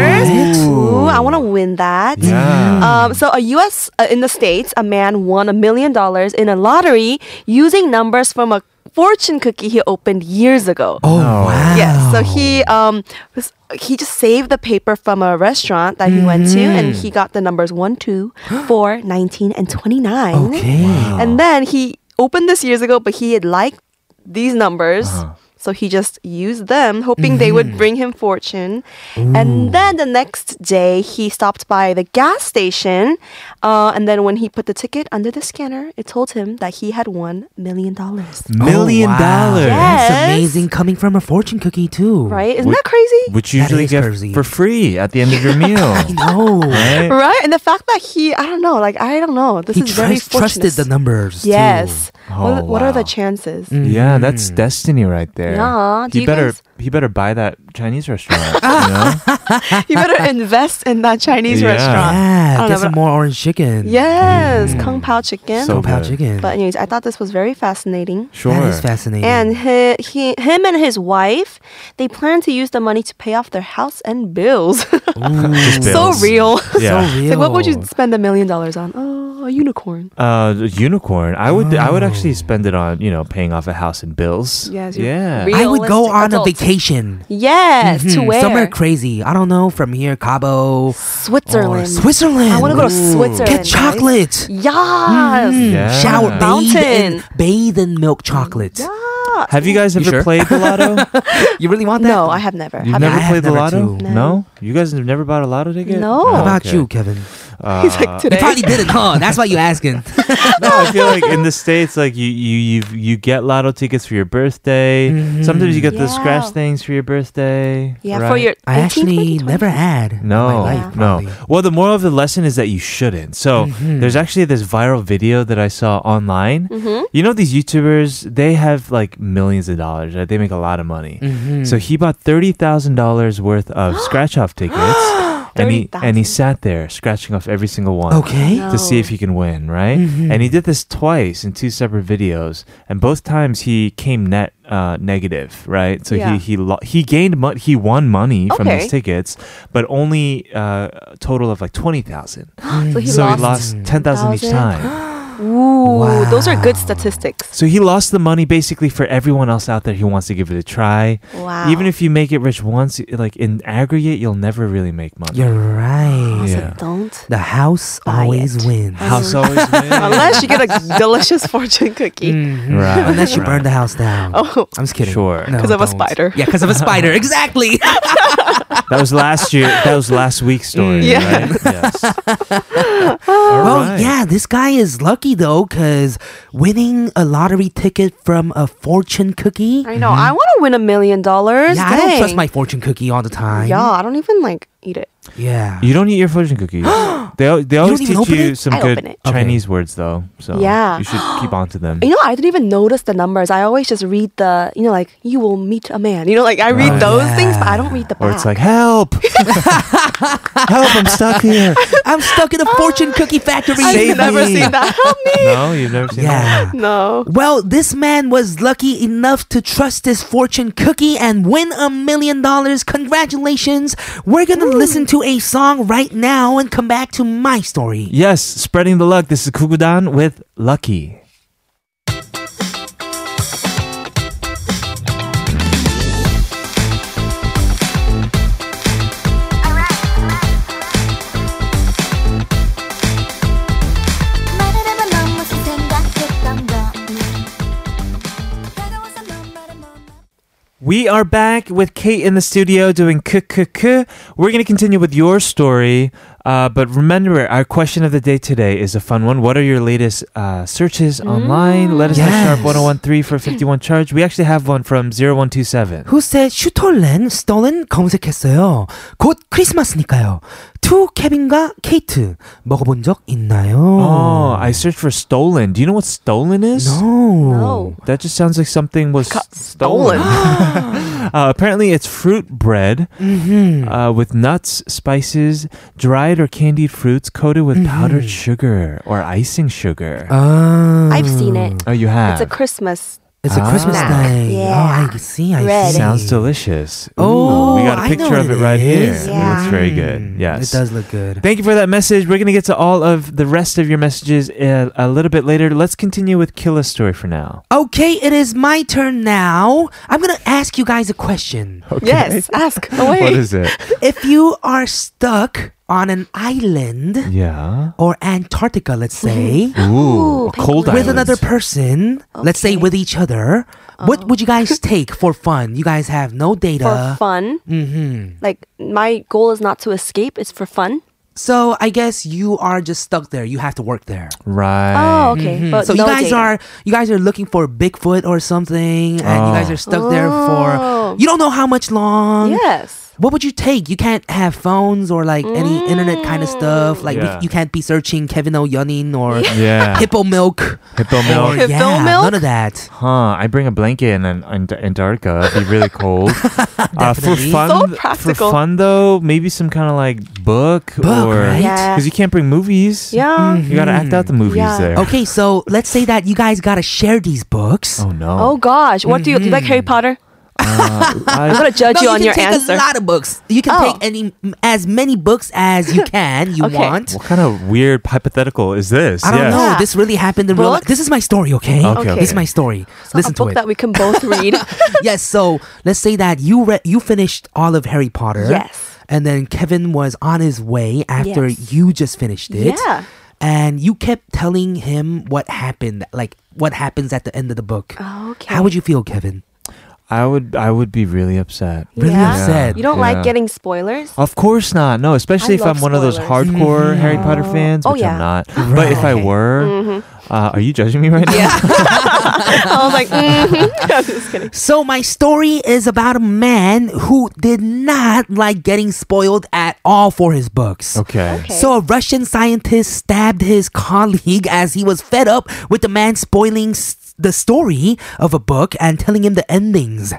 [SPEAKER 6] Ooh, I want to win that.
[SPEAKER 1] Yeah.
[SPEAKER 6] Um, so, a US, uh, in the States, a man won a million dollars in a lottery using numbers from a fortune cookie he opened years ago.
[SPEAKER 2] Oh wow.
[SPEAKER 6] Yes. So he um was, he just saved the paper from a restaurant that he went to and
[SPEAKER 2] Mm-hmm.
[SPEAKER 6] he got the numbers 1, 2, 4, 19 and 29.
[SPEAKER 2] Okay.
[SPEAKER 6] And then he opened this years ago but he had liked these numbers.
[SPEAKER 2] Uh-huh.
[SPEAKER 6] So he just used them, hoping they
[SPEAKER 2] Mm-hmm.
[SPEAKER 6] would bring him fortune. And then the next day, he stopped by the gas station. Uh, and then when he put the ticket under the scanner, it told him that he had won million dollars.
[SPEAKER 1] Million
[SPEAKER 2] Oh, wow.
[SPEAKER 1] dollars.
[SPEAKER 6] Yeah.
[SPEAKER 2] That's
[SPEAKER 6] Yes.
[SPEAKER 2] amazing coming from a fortune cookie too.
[SPEAKER 6] Right? Isn't
[SPEAKER 1] Would-
[SPEAKER 6] that crazy?
[SPEAKER 1] Which you
[SPEAKER 2] That
[SPEAKER 1] usually
[SPEAKER 2] is
[SPEAKER 1] get
[SPEAKER 2] crazy.
[SPEAKER 1] for free at the end of your meal.
[SPEAKER 2] No.
[SPEAKER 1] right?
[SPEAKER 6] Right? And the fact that he, I don't know, like, I don't know. This
[SPEAKER 2] he
[SPEAKER 6] is very
[SPEAKER 2] trust- trusted the
[SPEAKER 6] fortunate.
[SPEAKER 2] numbers. too. Mm-hmm.
[SPEAKER 6] Yes.
[SPEAKER 1] Oh,
[SPEAKER 6] what, what are the
[SPEAKER 1] wow.
[SPEAKER 6] chances?
[SPEAKER 2] Mm.
[SPEAKER 1] Yeah, that's destiny right there.
[SPEAKER 6] Yeah, do
[SPEAKER 1] He
[SPEAKER 6] you
[SPEAKER 1] better
[SPEAKER 6] guys-
[SPEAKER 1] he better buy that Chinese restaurant. you know?
[SPEAKER 6] you better invest in that Chinese
[SPEAKER 1] Yeah.
[SPEAKER 6] restaurant. I
[SPEAKER 2] Yeah.
[SPEAKER 6] don't
[SPEAKER 2] Get
[SPEAKER 6] know,
[SPEAKER 2] some
[SPEAKER 6] but-
[SPEAKER 2] more orange chicken.
[SPEAKER 6] Yes, Kung Pao chicken.
[SPEAKER 1] So-
[SPEAKER 2] Kung Pao
[SPEAKER 1] good.
[SPEAKER 2] chicken.
[SPEAKER 6] but anyways, I thought this was very fascinating.
[SPEAKER 1] Sure.
[SPEAKER 2] That is fascinating.
[SPEAKER 6] And he, he, him and his wife, they plan to use the money to pay off their house and bills.
[SPEAKER 1] Just
[SPEAKER 6] so
[SPEAKER 1] bills.
[SPEAKER 6] real.
[SPEAKER 1] Yeah.
[SPEAKER 2] So real.
[SPEAKER 6] It's like, what would you spend a million dollars on? Oh, a unicorn.
[SPEAKER 1] Uh, the unicorn. I would. I would actually
[SPEAKER 2] Oh.
[SPEAKER 1] spend it on you know paying off a house and bills.
[SPEAKER 6] Yes, you're
[SPEAKER 1] Yeah.
[SPEAKER 2] I
[SPEAKER 6] really-
[SPEAKER 2] would go
[SPEAKER 6] Realistic
[SPEAKER 2] on a
[SPEAKER 6] adult.
[SPEAKER 2] vacation.
[SPEAKER 6] Yes, to
[SPEAKER 2] Hmm,
[SPEAKER 6] where?
[SPEAKER 2] Somewhere crazy. I don't know. From here, Cabo.
[SPEAKER 6] Switzerland.
[SPEAKER 2] Or Switzerland.
[SPEAKER 6] I want to go to
[SPEAKER 1] Ooh.
[SPEAKER 6] Switzerland.
[SPEAKER 2] Get
[SPEAKER 6] guys.
[SPEAKER 2] chocolate.
[SPEAKER 6] Yes.
[SPEAKER 2] Mm,
[SPEAKER 1] Yeah.
[SPEAKER 2] Shower, bathe in,
[SPEAKER 6] Mountain.
[SPEAKER 2] bathe in milk chocolate.
[SPEAKER 6] Yeah.
[SPEAKER 1] Have you guys ever
[SPEAKER 2] sure?
[SPEAKER 1] played the lotto?
[SPEAKER 2] You really want that?
[SPEAKER 6] No, I have never.
[SPEAKER 1] You've
[SPEAKER 6] Have
[SPEAKER 1] never
[SPEAKER 2] I have
[SPEAKER 1] played the
[SPEAKER 2] never
[SPEAKER 1] lotto?
[SPEAKER 2] too.
[SPEAKER 1] No. You guys have never bought a lotto ticket?
[SPEAKER 6] No.
[SPEAKER 2] How
[SPEAKER 6] Oh,
[SPEAKER 2] about
[SPEAKER 1] okay.
[SPEAKER 2] you, Kevin?
[SPEAKER 1] Uh,
[SPEAKER 6] He's like
[SPEAKER 2] You
[SPEAKER 6] today.
[SPEAKER 2] probably didn't, huh? That's why you asking.
[SPEAKER 1] no, I feel like in the states, like you you you you get lotto tickets for your birthday. Sometimes you get the
[SPEAKER 6] Yeah.
[SPEAKER 1] scratch things for your birthday.
[SPEAKER 6] yeah,
[SPEAKER 1] right?
[SPEAKER 6] for your.
[SPEAKER 2] I
[SPEAKER 6] 18,
[SPEAKER 2] actually
[SPEAKER 6] 20,
[SPEAKER 2] never had. in my
[SPEAKER 1] No, no.
[SPEAKER 2] life, probably. Mm-hmm.
[SPEAKER 1] Well, the moral of the lesson is that you shouldn't. So there's actually this viral video that I saw online. You know these YouTubers, they have like millions of dollars. Right? They make a lot of money.
[SPEAKER 2] Mm-hmm.
[SPEAKER 1] So he bought thirty thousand dollars worth of scratch off tickets, and he and he
[SPEAKER 6] 30,000.
[SPEAKER 1] sat there scratching off every single one.
[SPEAKER 2] Okay.
[SPEAKER 6] No.
[SPEAKER 1] To see if he can win, right?
[SPEAKER 6] Mm-hmm.
[SPEAKER 1] And he did this twice in two separate videos, and both times he came net uh, negative, right? So
[SPEAKER 6] Yeah.
[SPEAKER 1] he he lo- he gained money, he won money from
[SPEAKER 6] Okay.
[SPEAKER 1] these tickets, but only uh, a total of like twenty thousand.
[SPEAKER 6] So he
[SPEAKER 1] so
[SPEAKER 6] lost.
[SPEAKER 1] he lost
[SPEAKER 2] Hmm.
[SPEAKER 1] ten thousand each
[SPEAKER 6] 10,000.
[SPEAKER 1] time.
[SPEAKER 6] Ooh, those are good statistics.
[SPEAKER 1] So he lost the money basically for everyone else out there who wants to give it a try.
[SPEAKER 6] Wow.
[SPEAKER 1] Even if you make it rich once, like in aggregate, you'll never really make money.
[SPEAKER 2] You're right.
[SPEAKER 1] Yeah.
[SPEAKER 6] So don't.
[SPEAKER 2] The house
[SPEAKER 6] Buy
[SPEAKER 2] always
[SPEAKER 6] it.
[SPEAKER 2] wins.
[SPEAKER 1] House always wins.
[SPEAKER 6] Unless you get a delicious fortune cookie.
[SPEAKER 2] Mhm.
[SPEAKER 1] Right,
[SPEAKER 2] Unless you
[SPEAKER 1] right.
[SPEAKER 2] burn the house down.
[SPEAKER 6] Oh.
[SPEAKER 2] I'm just kidding.
[SPEAKER 1] Sure.
[SPEAKER 2] No,
[SPEAKER 6] 'Cause of a
[SPEAKER 2] don't.
[SPEAKER 6] spider.
[SPEAKER 2] Yeah, because of a spider. Exactly.
[SPEAKER 1] That was last year. That was last week's story.
[SPEAKER 6] Yeah.
[SPEAKER 1] Right? Yes. All
[SPEAKER 2] Well,
[SPEAKER 1] right.
[SPEAKER 2] Oh, yeah, this guy is lucky though, because winning a lottery ticket from a fortune cookie.
[SPEAKER 1] Mm-hmm.
[SPEAKER 6] I know. I want to win a million dollars.
[SPEAKER 2] Yeah, I don't trust my
[SPEAKER 6] Dang.
[SPEAKER 2] fortune cookie all the time.
[SPEAKER 6] Yeah, I don't even like eat it.
[SPEAKER 2] Yeah.
[SPEAKER 1] You don't eat your fortune cookie. they al- they always
[SPEAKER 2] don't even
[SPEAKER 1] teach
[SPEAKER 2] open
[SPEAKER 1] you
[SPEAKER 2] it?
[SPEAKER 1] some
[SPEAKER 6] I
[SPEAKER 1] good
[SPEAKER 6] open it.
[SPEAKER 2] Okay.
[SPEAKER 1] Chinese words though, so you
[SPEAKER 6] Yeah.
[SPEAKER 1] should keep on to them.
[SPEAKER 6] You know, I didn't even notice the numbers. I always just read the, you know, like you will meet a man. You know, like I
[SPEAKER 1] Right.
[SPEAKER 6] read those things, but I don't read the
[SPEAKER 1] Oh,
[SPEAKER 6] back.
[SPEAKER 1] Or it's like help, help! I'm stuck here.
[SPEAKER 2] I'm stuck in a fortune cookie factory.
[SPEAKER 1] Save
[SPEAKER 6] I've never
[SPEAKER 1] me.
[SPEAKER 6] seen that. Help me.
[SPEAKER 1] No, you've never seen that.
[SPEAKER 2] Yeah.
[SPEAKER 6] No.
[SPEAKER 2] Well, this man was lucky enough to trust this fortune cookie and win a million dollars. Congratulations. We're going to listen to a song right now and come back to my story.
[SPEAKER 1] Yes, spreading the luck. This is Kugudan with Lucky.
[SPEAKER 3] 말을 하면 너무 생각했던 거니 다가와서 넌 말을 못
[SPEAKER 1] We are back with Kate in the studio doing kukuku. We're going to continue with your story. Uh, but remember, our question of the day today is a fun one. What are your latest uh, searches online? Let us know
[SPEAKER 2] Yes.
[SPEAKER 1] sharp 1013 for 51 charge. We actually have one from 0127.
[SPEAKER 2] Who said 슈톨렌, 스톨렌 검색했어요. 곧 크리스마스니까요. 투 케빈과 케이트 먹어본 적 있나요?
[SPEAKER 1] Oh, I searched for stolen. Do you know what stolen is?
[SPEAKER 2] no.
[SPEAKER 6] No.
[SPEAKER 1] That just sounds like something was
[SPEAKER 6] Got
[SPEAKER 1] stolen.
[SPEAKER 6] stolen.
[SPEAKER 1] uh, apparently, it's fruit bread
[SPEAKER 2] Mm-hmm.
[SPEAKER 1] uh, with nuts, spices, dried or candied fruits coated with
[SPEAKER 2] Mm-hmm.
[SPEAKER 1] powdered sugar or icing sugar.
[SPEAKER 2] Ah.
[SPEAKER 6] I've seen it.
[SPEAKER 1] oh, you have.
[SPEAKER 6] It's a Christmas.
[SPEAKER 2] It's a
[SPEAKER 1] Ah.
[SPEAKER 2] Christmas
[SPEAKER 1] Snack.
[SPEAKER 2] thing.
[SPEAKER 6] Yeah.
[SPEAKER 2] Oh, I see. I
[SPEAKER 6] Red.
[SPEAKER 2] see.
[SPEAKER 1] Sounds delicious.
[SPEAKER 2] Oh,
[SPEAKER 1] Ooh, we got a
[SPEAKER 2] I know
[SPEAKER 1] picture of it
[SPEAKER 2] what it
[SPEAKER 1] right here.
[SPEAKER 2] is. Mm.
[SPEAKER 6] Yeah.
[SPEAKER 1] Looks very good. Yes.
[SPEAKER 2] It does look good.
[SPEAKER 1] Thank you for that message. We're going to get to all of the rest of your messages a, a little bit later. Let's continue with Killa's story for now.
[SPEAKER 2] Okay, it is my turn now. I'm gonna ask you guys a question.
[SPEAKER 6] Yes. Ask away.
[SPEAKER 1] What is it?
[SPEAKER 2] if you are stuck on an island
[SPEAKER 1] Yeah.
[SPEAKER 2] or Antarctica, let's say,
[SPEAKER 1] Ooh,
[SPEAKER 6] Ooh,
[SPEAKER 1] a cold
[SPEAKER 2] with
[SPEAKER 1] island.
[SPEAKER 2] another person, let's say
[SPEAKER 6] Okay. Oh.
[SPEAKER 2] with each other, what would you guys take for fun? You guys have no
[SPEAKER 6] for
[SPEAKER 2] data.
[SPEAKER 6] fun?
[SPEAKER 2] Mm-hmm.
[SPEAKER 6] Like my goal is not to escape. It's for fun.
[SPEAKER 2] So I guess you are just stuck there. You have to work there.
[SPEAKER 1] Right.
[SPEAKER 6] Oh, okay. But
[SPEAKER 2] Mm-hmm. so
[SPEAKER 6] no
[SPEAKER 2] you guys
[SPEAKER 6] data.
[SPEAKER 2] are you guys are looking for Bigfoot or something, and you guys
[SPEAKER 1] Oh.
[SPEAKER 2] are stuck there for
[SPEAKER 6] Oh.
[SPEAKER 2] you don't know how much long.
[SPEAKER 6] Yes.
[SPEAKER 2] what would you take? You can't have phones or like any internet kind of
[SPEAKER 6] Mm.
[SPEAKER 2] stuff. Like we-
[SPEAKER 1] Yeah.
[SPEAKER 2] you can't be searching Kevin O'Yonin or
[SPEAKER 1] Yeah.
[SPEAKER 2] Hippo Milk.
[SPEAKER 1] Hippo
[SPEAKER 2] Or,
[SPEAKER 1] milk.
[SPEAKER 6] Hippo
[SPEAKER 2] yeah,
[SPEAKER 6] milk?
[SPEAKER 2] none of that.
[SPEAKER 1] Huh. I bring a blanket in an- an- Antarctica. It'd be really cold. uh, for
[SPEAKER 2] Definitely.
[SPEAKER 1] fun,
[SPEAKER 6] So
[SPEAKER 1] for
[SPEAKER 6] practical.
[SPEAKER 1] fun though, maybe some kind of like book,
[SPEAKER 2] Book,
[SPEAKER 1] or
[SPEAKER 2] right? Mm-hmm. Hmm.
[SPEAKER 6] Yeah.
[SPEAKER 1] because you can't bring movies.
[SPEAKER 2] Mm.
[SPEAKER 6] Yeah.
[SPEAKER 1] You gotta act out the movies
[SPEAKER 6] Yeah.
[SPEAKER 1] there.
[SPEAKER 2] Okay, so let's say that you guys gotta share these books.
[SPEAKER 1] Oh no. Uh,
[SPEAKER 6] Oh gosh. What do you do? You like Harry Potter?
[SPEAKER 1] I-
[SPEAKER 6] I'm gonna judge
[SPEAKER 2] No, Mm-hmm. you can
[SPEAKER 6] you on your
[SPEAKER 2] take
[SPEAKER 6] answer.
[SPEAKER 2] a lot of books. You can
[SPEAKER 6] Oh.
[SPEAKER 2] take any as many books as you can. You
[SPEAKER 6] Okay.
[SPEAKER 2] want.
[SPEAKER 1] what kind of weird hypothetical is this?
[SPEAKER 2] I
[SPEAKER 1] Yeah.
[SPEAKER 2] don't know.
[SPEAKER 6] Yeah.
[SPEAKER 2] This really happened in real life.
[SPEAKER 6] Books?
[SPEAKER 2] This is my story, okay?
[SPEAKER 1] Okay,
[SPEAKER 6] Okay.
[SPEAKER 2] This is
[SPEAKER 6] okay.
[SPEAKER 2] my story. Listen
[SPEAKER 6] a
[SPEAKER 2] to
[SPEAKER 6] book
[SPEAKER 2] it.
[SPEAKER 6] that we can both read.
[SPEAKER 2] yes. So let's say that you re- you finished all of Harry Potter.
[SPEAKER 6] Yes.
[SPEAKER 2] And then Kevin was on his way after
[SPEAKER 6] Yes.
[SPEAKER 2] you just finished it.
[SPEAKER 6] Yeah.
[SPEAKER 2] And you kept telling him what happened, like what happens at the end of the book.
[SPEAKER 6] okay.
[SPEAKER 2] How would you feel, Kevin?
[SPEAKER 1] I would I would be really upset.
[SPEAKER 2] Really
[SPEAKER 6] Yeah.
[SPEAKER 2] upset.
[SPEAKER 6] You don't
[SPEAKER 1] Yeah.
[SPEAKER 6] like getting spoilers?
[SPEAKER 1] Of course not. No, especially if I'm
[SPEAKER 6] love
[SPEAKER 1] one of those
[SPEAKER 6] spoilers.
[SPEAKER 1] hardcore Harry Potter fans,
[SPEAKER 6] Oh,
[SPEAKER 1] which
[SPEAKER 6] yeah. Mm-hmm.
[SPEAKER 1] I'm not. But if I
[SPEAKER 2] Mm-hmm. Right.
[SPEAKER 1] were, uh, are you judging me right now?
[SPEAKER 6] I was like, mhm. I'm just kidding.
[SPEAKER 2] So my story is about a man who did not like getting spoiled at all for his books.
[SPEAKER 1] Okay.
[SPEAKER 6] Okay.
[SPEAKER 2] So a Russian scientist stabbed his colleague as he was fed up with the man spoiling s- the story of a book and telling him the endings.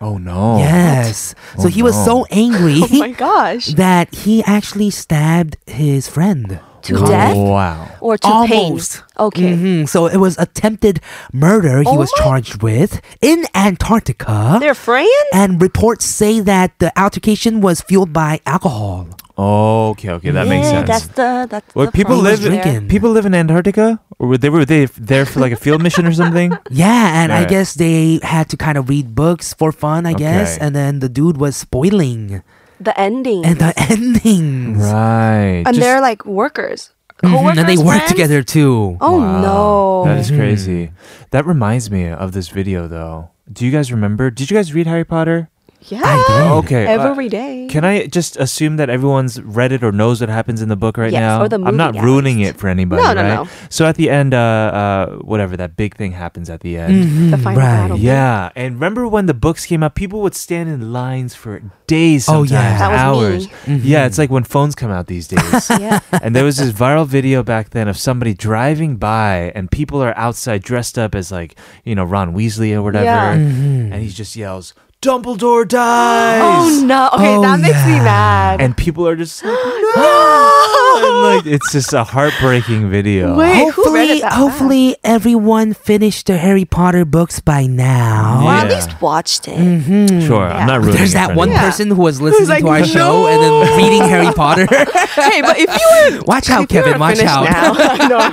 [SPEAKER 1] Oh no.
[SPEAKER 2] yes. So
[SPEAKER 1] Oh,
[SPEAKER 2] he was so angry
[SPEAKER 6] Oh my gosh.
[SPEAKER 2] that he actually stabbed his friend
[SPEAKER 6] To death?
[SPEAKER 1] Oh, Wow.
[SPEAKER 6] Or to
[SPEAKER 2] Almost.
[SPEAKER 6] pain. Okay.
[SPEAKER 2] Mhm. So it was attempted murder he
[SPEAKER 6] Oh
[SPEAKER 2] was
[SPEAKER 6] my-
[SPEAKER 2] charged with in Antarctica.
[SPEAKER 6] They're friends?
[SPEAKER 2] and reports say that the altercation was fueled by alcohol.
[SPEAKER 1] Okay. Okay. That makes
[SPEAKER 6] yeah,
[SPEAKER 1] sense.
[SPEAKER 6] Eh, that's the that's
[SPEAKER 1] Well,
[SPEAKER 6] the
[SPEAKER 1] people
[SPEAKER 6] problem
[SPEAKER 1] live
[SPEAKER 2] was
[SPEAKER 6] there.
[SPEAKER 2] drinking.
[SPEAKER 1] people live in Antarctica, or were they were they there for like a field mission or something?
[SPEAKER 2] Yeah, and I
[SPEAKER 1] Right.
[SPEAKER 2] guess they had to kind of read books for fun, I guess.
[SPEAKER 1] Okay.
[SPEAKER 2] And then the dude was spoiling
[SPEAKER 6] The ending.
[SPEAKER 2] and the endings.
[SPEAKER 1] Right.
[SPEAKER 6] And
[SPEAKER 1] Just-
[SPEAKER 6] they're like workers.
[SPEAKER 2] Mhm,
[SPEAKER 6] Coworkers,
[SPEAKER 2] and they worked
[SPEAKER 6] friends?
[SPEAKER 2] together too.
[SPEAKER 6] Oh
[SPEAKER 1] Wow,
[SPEAKER 6] no.
[SPEAKER 1] That is crazy. That reminds me of this video though. Do you guys remember? Did you guys read Harry Potter?
[SPEAKER 6] yeah.
[SPEAKER 1] Okay. uh,
[SPEAKER 6] Every day.
[SPEAKER 1] Can I just assume that everyone's read it or knows what happens in the book right
[SPEAKER 6] Yes,
[SPEAKER 1] now?
[SPEAKER 6] or the
[SPEAKER 1] I'm not
[SPEAKER 6] movie at
[SPEAKER 1] ruining
[SPEAKER 6] least.
[SPEAKER 1] it for anybody,
[SPEAKER 6] No, no,
[SPEAKER 1] right?
[SPEAKER 6] no.
[SPEAKER 1] So at the end, uh, uh, whatever that big thing happens at the end.
[SPEAKER 6] the final
[SPEAKER 2] right.
[SPEAKER 6] battle.
[SPEAKER 1] Yeah, and remember when the books came out, people would stand in lines for days,
[SPEAKER 2] Oh,
[SPEAKER 1] sometimes
[SPEAKER 2] yeah.
[SPEAKER 6] That was
[SPEAKER 1] hours.
[SPEAKER 6] me. Mm-hmm.
[SPEAKER 1] Yeah, it's like when phones come out these days.
[SPEAKER 6] Yeah.
[SPEAKER 1] and there was this viral video back then of somebody driving by, and people are outside dressed up as like you know Ron Weasley or whatever,
[SPEAKER 6] Yeah.
[SPEAKER 2] Mm-hmm.
[SPEAKER 1] and he just yells, "Dumbledore dies!"
[SPEAKER 6] Oh no. Okay,
[SPEAKER 2] Oh,
[SPEAKER 6] that makes me
[SPEAKER 2] yeah.
[SPEAKER 6] mad.
[SPEAKER 1] And people are just like,
[SPEAKER 6] no.
[SPEAKER 1] and, like it's just a heartbreaking video.
[SPEAKER 6] Wait, who
[SPEAKER 2] hopefully,
[SPEAKER 6] read it that
[SPEAKER 2] hopefully everyone finished the Harry Potter books by now.
[SPEAKER 6] fast? Or at
[SPEAKER 1] Yeah.
[SPEAKER 6] least watched it.
[SPEAKER 2] Mm.
[SPEAKER 1] Sure,
[SPEAKER 6] Yeah.
[SPEAKER 1] I'm not ruining
[SPEAKER 2] There's
[SPEAKER 1] it
[SPEAKER 2] that
[SPEAKER 1] for
[SPEAKER 2] one
[SPEAKER 1] anyone.
[SPEAKER 6] Yeah.
[SPEAKER 2] person who was listening
[SPEAKER 6] like,
[SPEAKER 2] to our show and then reading Harry Potter.
[SPEAKER 6] Hey, but if you were
[SPEAKER 2] watch out,
[SPEAKER 6] if you were
[SPEAKER 2] Kevin. Watch
[SPEAKER 6] finished
[SPEAKER 2] out.
[SPEAKER 6] Now,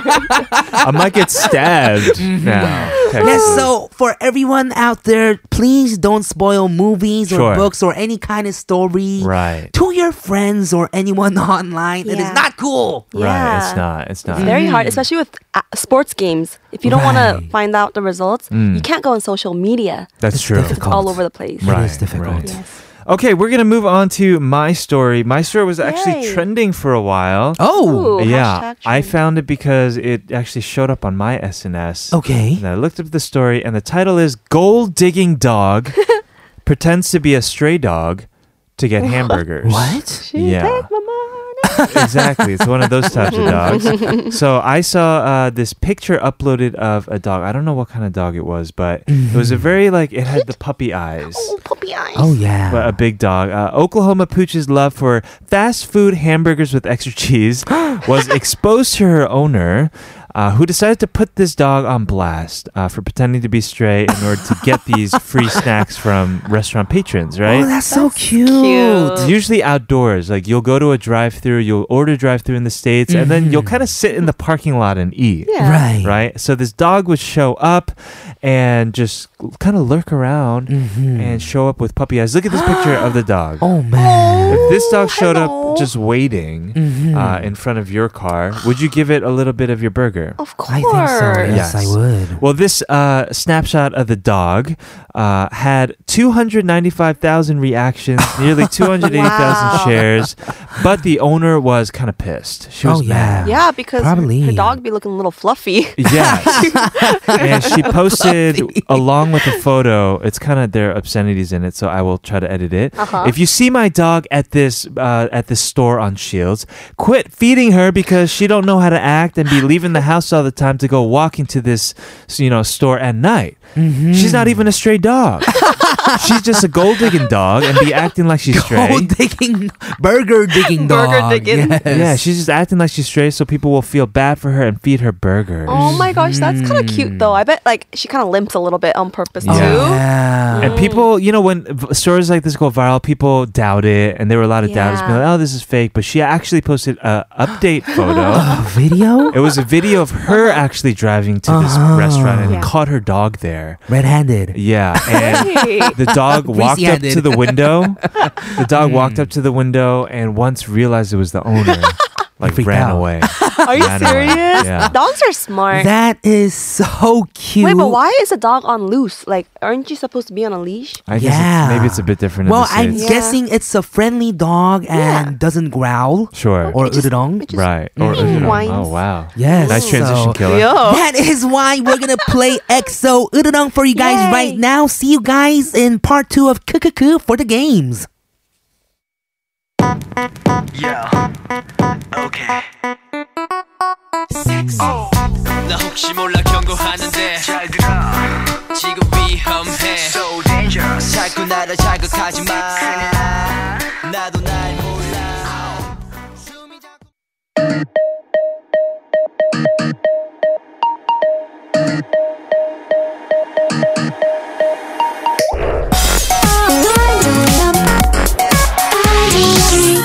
[SPEAKER 6] no.
[SPEAKER 1] I might get stabbed
[SPEAKER 6] Mm-hmm.
[SPEAKER 1] now.
[SPEAKER 2] Yes,
[SPEAKER 1] Texas.
[SPEAKER 2] so for everyone out there, please don't spoil movies or
[SPEAKER 1] Sure.
[SPEAKER 2] books or any kind of story
[SPEAKER 1] Right.
[SPEAKER 2] to your friends or anyone online. It is
[SPEAKER 6] Yeah.
[SPEAKER 2] not cool.
[SPEAKER 1] Right.
[SPEAKER 6] Yeah.
[SPEAKER 1] It's not. It's not.
[SPEAKER 6] It's very hard, especially with uh, sports games. If you don't want to
[SPEAKER 2] Mm. Right. Mm.
[SPEAKER 6] find out the results, you can't go on social media.
[SPEAKER 1] That's
[SPEAKER 2] It's
[SPEAKER 1] true.
[SPEAKER 2] difficult.
[SPEAKER 6] All over the place.
[SPEAKER 1] Right.
[SPEAKER 2] It is difficult.
[SPEAKER 1] right. Okay, we're gonna move on to my story. My story was actually
[SPEAKER 6] Yay.
[SPEAKER 1] trending for a while.
[SPEAKER 2] Oh,
[SPEAKER 6] Ooh,
[SPEAKER 1] yeah,
[SPEAKER 6] hashtag
[SPEAKER 1] I
[SPEAKER 6] trend.
[SPEAKER 1] found it because it actually showed up on my SNS.
[SPEAKER 2] okay.
[SPEAKER 1] And I looked up the story, and the title is "Gold Digging Dog Pretends to Be a Stray Dog to Get Hamburgers."
[SPEAKER 2] What?
[SPEAKER 6] She
[SPEAKER 1] Yeah.
[SPEAKER 6] take my money.
[SPEAKER 1] exactly. It's one of those types of dogs. So I saw uh, this picture uploaded of a dog. I don't know what kind of dog it was, but it was a very like it had the puppy eyes.
[SPEAKER 6] Mm-hmm. Oh, puppy eyes.
[SPEAKER 2] Oh yeah.
[SPEAKER 1] But a big dog. Uh, Oklahoma Pooch's love for fast food hamburgers with extra cheese was exposed to her owner, uh, who decided to put this dog on blast uh, for pretending to be stray in order to get these free snacks from restaurant patrons,
[SPEAKER 2] oh,
[SPEAKER 1] right?
[SPEAKER 2] that's, so cute.
[SPEAKER 1] It's
[SPEAKER 6] Cute.
[SPEAKER 1] usually outdoors. Like you'll go to a drive-through, you'll order drive-through in the states, and then you'll kind of sit in the parking lot and eat.
[SPEAKER 6] Yeah.
[SPEAKER 2] Right.
[SPEAKER 1] Right, so this dog would show up and just kind of lurk around and show up with puppy eyes. Look at this picture of the dog.
[SPEAKER 2] Oh man.
[SPEAKER 1] If this dog showed
[SPEAKER 6] hello.
[SPEAKER 1] up just waiting uh,
[SPEAKER 2] Mm-hmm.
[SPEAKER 1] in front of your car, would you give it a little bit of your burger?
[SPEAKER 6] Of
[SPEAKER 2] I
[SPEAKER 6] course.
[SPEAKER 2] think so. Yes,
[SPEAKER 1] Yes.
[SPEAKER 2] I would.
[SPEAKER 1] Well, this uh, snapshot of the dog uh, had 295,000 reactions, nearly 280,000
[SPEAKER 6] Wow.
[SPEAKER 1] shares, but the owner was kind of pissed. She was
[SPEAKER 2] Oh, yeah.
[SPEAKER 1] mad.
[SPEAKER 6] Yeah, because her-
[SPEAKER 2] Probably.
[SPEAKER 6] her dog be looking a little fluffy.
[SPEAKER 1] Yes. and she posted along with the photo. It's kind of there are obscenities in it, so I will try to edit it.
[SPEAKER 6] Uh-huh.
[SPEAKER 1] If you see my dog at this uh, at this store on Shields, quit feeding her because she don't know how to act and be leaving the house all the time to go walking to this you know store at night. She's not even a stray dog. she's just a gold digging dog and be acting like she's
[SPEAKER 2] Gold
[SPEAKER 1] straight.
[SPEAKER 2] Oh, digging, burger digging dog.
[SPEAKER 6] Burger digging.
[SPEAKER 2] Yes.
[SPEAKER 1] Yeah, she's just acting like she's straight so people will feel bad for her and feed her burgers.
[SPEAKER 6] Oh my gosh, that's kind of cute though. I bet like she kind of limps a little bit on purpose
[SPEAKER 1] Mm. Yeah.
[SPEAKER 6] too.
[SPEAKER 2] Oh, Yeah.
[SPEAKER 1] And people, you know, when v- stories like this go viral, people doubt it, and there were a lot of doubters being like,
[SPEAKER 6] Yeah.
[SPEAKER 1] "Oh, this is fake." But she actually posted a update
[SPEAKER 2] A
[SPEAKER 1] photo.
[SPEAKER 2] video?
[SPEAKER 1] It was a video of her actually driving to this
[SPEAKER 2] Uh-huh.
[SPEAKER 1] restaurant and
[SPEAKER 6] Yeah.
[SPEAKER 1] caught her dog there.
[SPEAKER 2] Red handed.
[SPEAKER 1] Yeah, and
[SPEAKER 6] Hey.
[SPEAKER 1] the dog walked up to
[SPEAKER 2] Greasy-handed.
[SPEAKER 1] the window. The
[SPEAKER 2] Hmm.
[SPEAKER 1] dog walked up to the window and once realized it was the owner, like
[SPEAKER 2] Freaked
[SPEAKER 1] ran
[SPEAKER 2] out.
[SPEAKER 1] away.
[SPEAKER 6] Are you
[SPEAKER 1] Ran away.
[SPEAKER 6] serious?
[SPEAKER 1] Yeah.
[SPEAKER 6] Dogs are smart.
[SPEAKER 2] That is so cute.
[SPEAKER 6] Wait, but why is a dog on loose? Like, aren't you supposed to be on a leash?
[SPEAKER 1] I guess
[SPEAKER 2] Yeah.
[SPEAKER 1] it's, maybe it's a bit different.
[SPEAKER 2] Well,
[SPEAKER 1] in
[SPEAKER 2] I'm
[SPEAKER 1] the States.
[SPEAKER 6] Yeah.
[SPEAKER 2] guessing it's a friendly dog and
[SPEAKER 6] Yeah.
[SPEAKER 2] doesn't growl
[SPEAKER 1] sure,
[SPEAKER 2] or
[SPEAKER 6] It just-
[SPEAKER 2] udedong.
[SPEAKER 6] it just-
[SPEAKER 1] right? Or,
[SPEAKER 6] Mm. whines.
[SPEAKER 1] oh wow,
[SPEAKER 2] Yes.
[SPEAKER 1] nice
[SPEAKER 2] so-
[SPEAKER 1] transition, killer.
[SPEAKER 6] Yo.
[SPEAKER 2] That is why we're gonna play EXO Ududong for you guys
[SPEAKER 6] Yay.
[SPEAKER 2] right now. See you guys in part two of Kukuku for the games.
[SPEAKER 7] 나 혹시 몰라 경고하는데 잘 들어 지금 위험해 So dangerous 자꾸 나를 자극하지 마 나도 날 몰라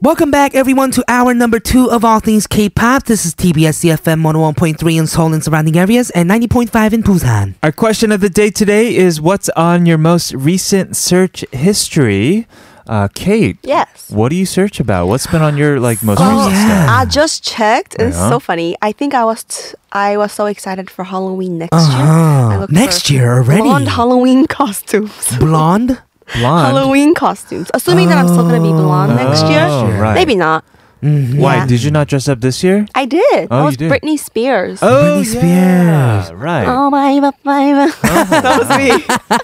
[SPEAKER 2] Welcome back, everyone, to hour number two of All Things K-pop. This is TBS CFM 101.3 in Seoul and surrounding areas, and 90.5 in Busan.
[SPEAKER 1] Our question of the day today is what's on your most recent search history? Uh, Kate,
[SPEAKER 6] Yes.
[SPEAKER 1] what do you search about? What's been on your like most
[SPEAKER 6] Oh,
[SPEAKER 1] recent stuff?
[SPEAKER 6] I just checked. and It's
[SPEAKER 1] Yeah.
[SPEAKER 6] so funny. I think I was t- I was so excited for Halloween next year. I
[SPEAKER 2] Uh-huh.
[SPEAKER 6] looked
[SPEAKER 2] Next
[SPEAKER 6] for
[SPEAKER 2] year already.
[SPEAKER 6] blonde Halloween costumes.
[SPEAKER 2] Blonde?
[SPEAKER 1] Blonde.
[SPEAKER 6] Halloween costumes. Assuming that I'm still gonna be blonde next year,
[SPEAKER 1] Oh, right.
[SPEAKER 6] maybe not.
[SPEAKER 1] Why
[SPEAKER 6] Yeah.
[SPEAKER 1] did you not dress up this year?
[SPEAKER 6] I did.
[SPEAKER 1] Oh,
[SPEAKER 6] I was
[SPEAKER 1] you did.
[SPEAKER 6] Britney Spears.
[SPEAKER 1] Oh,
[SPEAKER 2] Britney
[SPEAKER 1] yeah, Oh. right.
[SPEAKER 6] Oh my, my, my. my. that was me.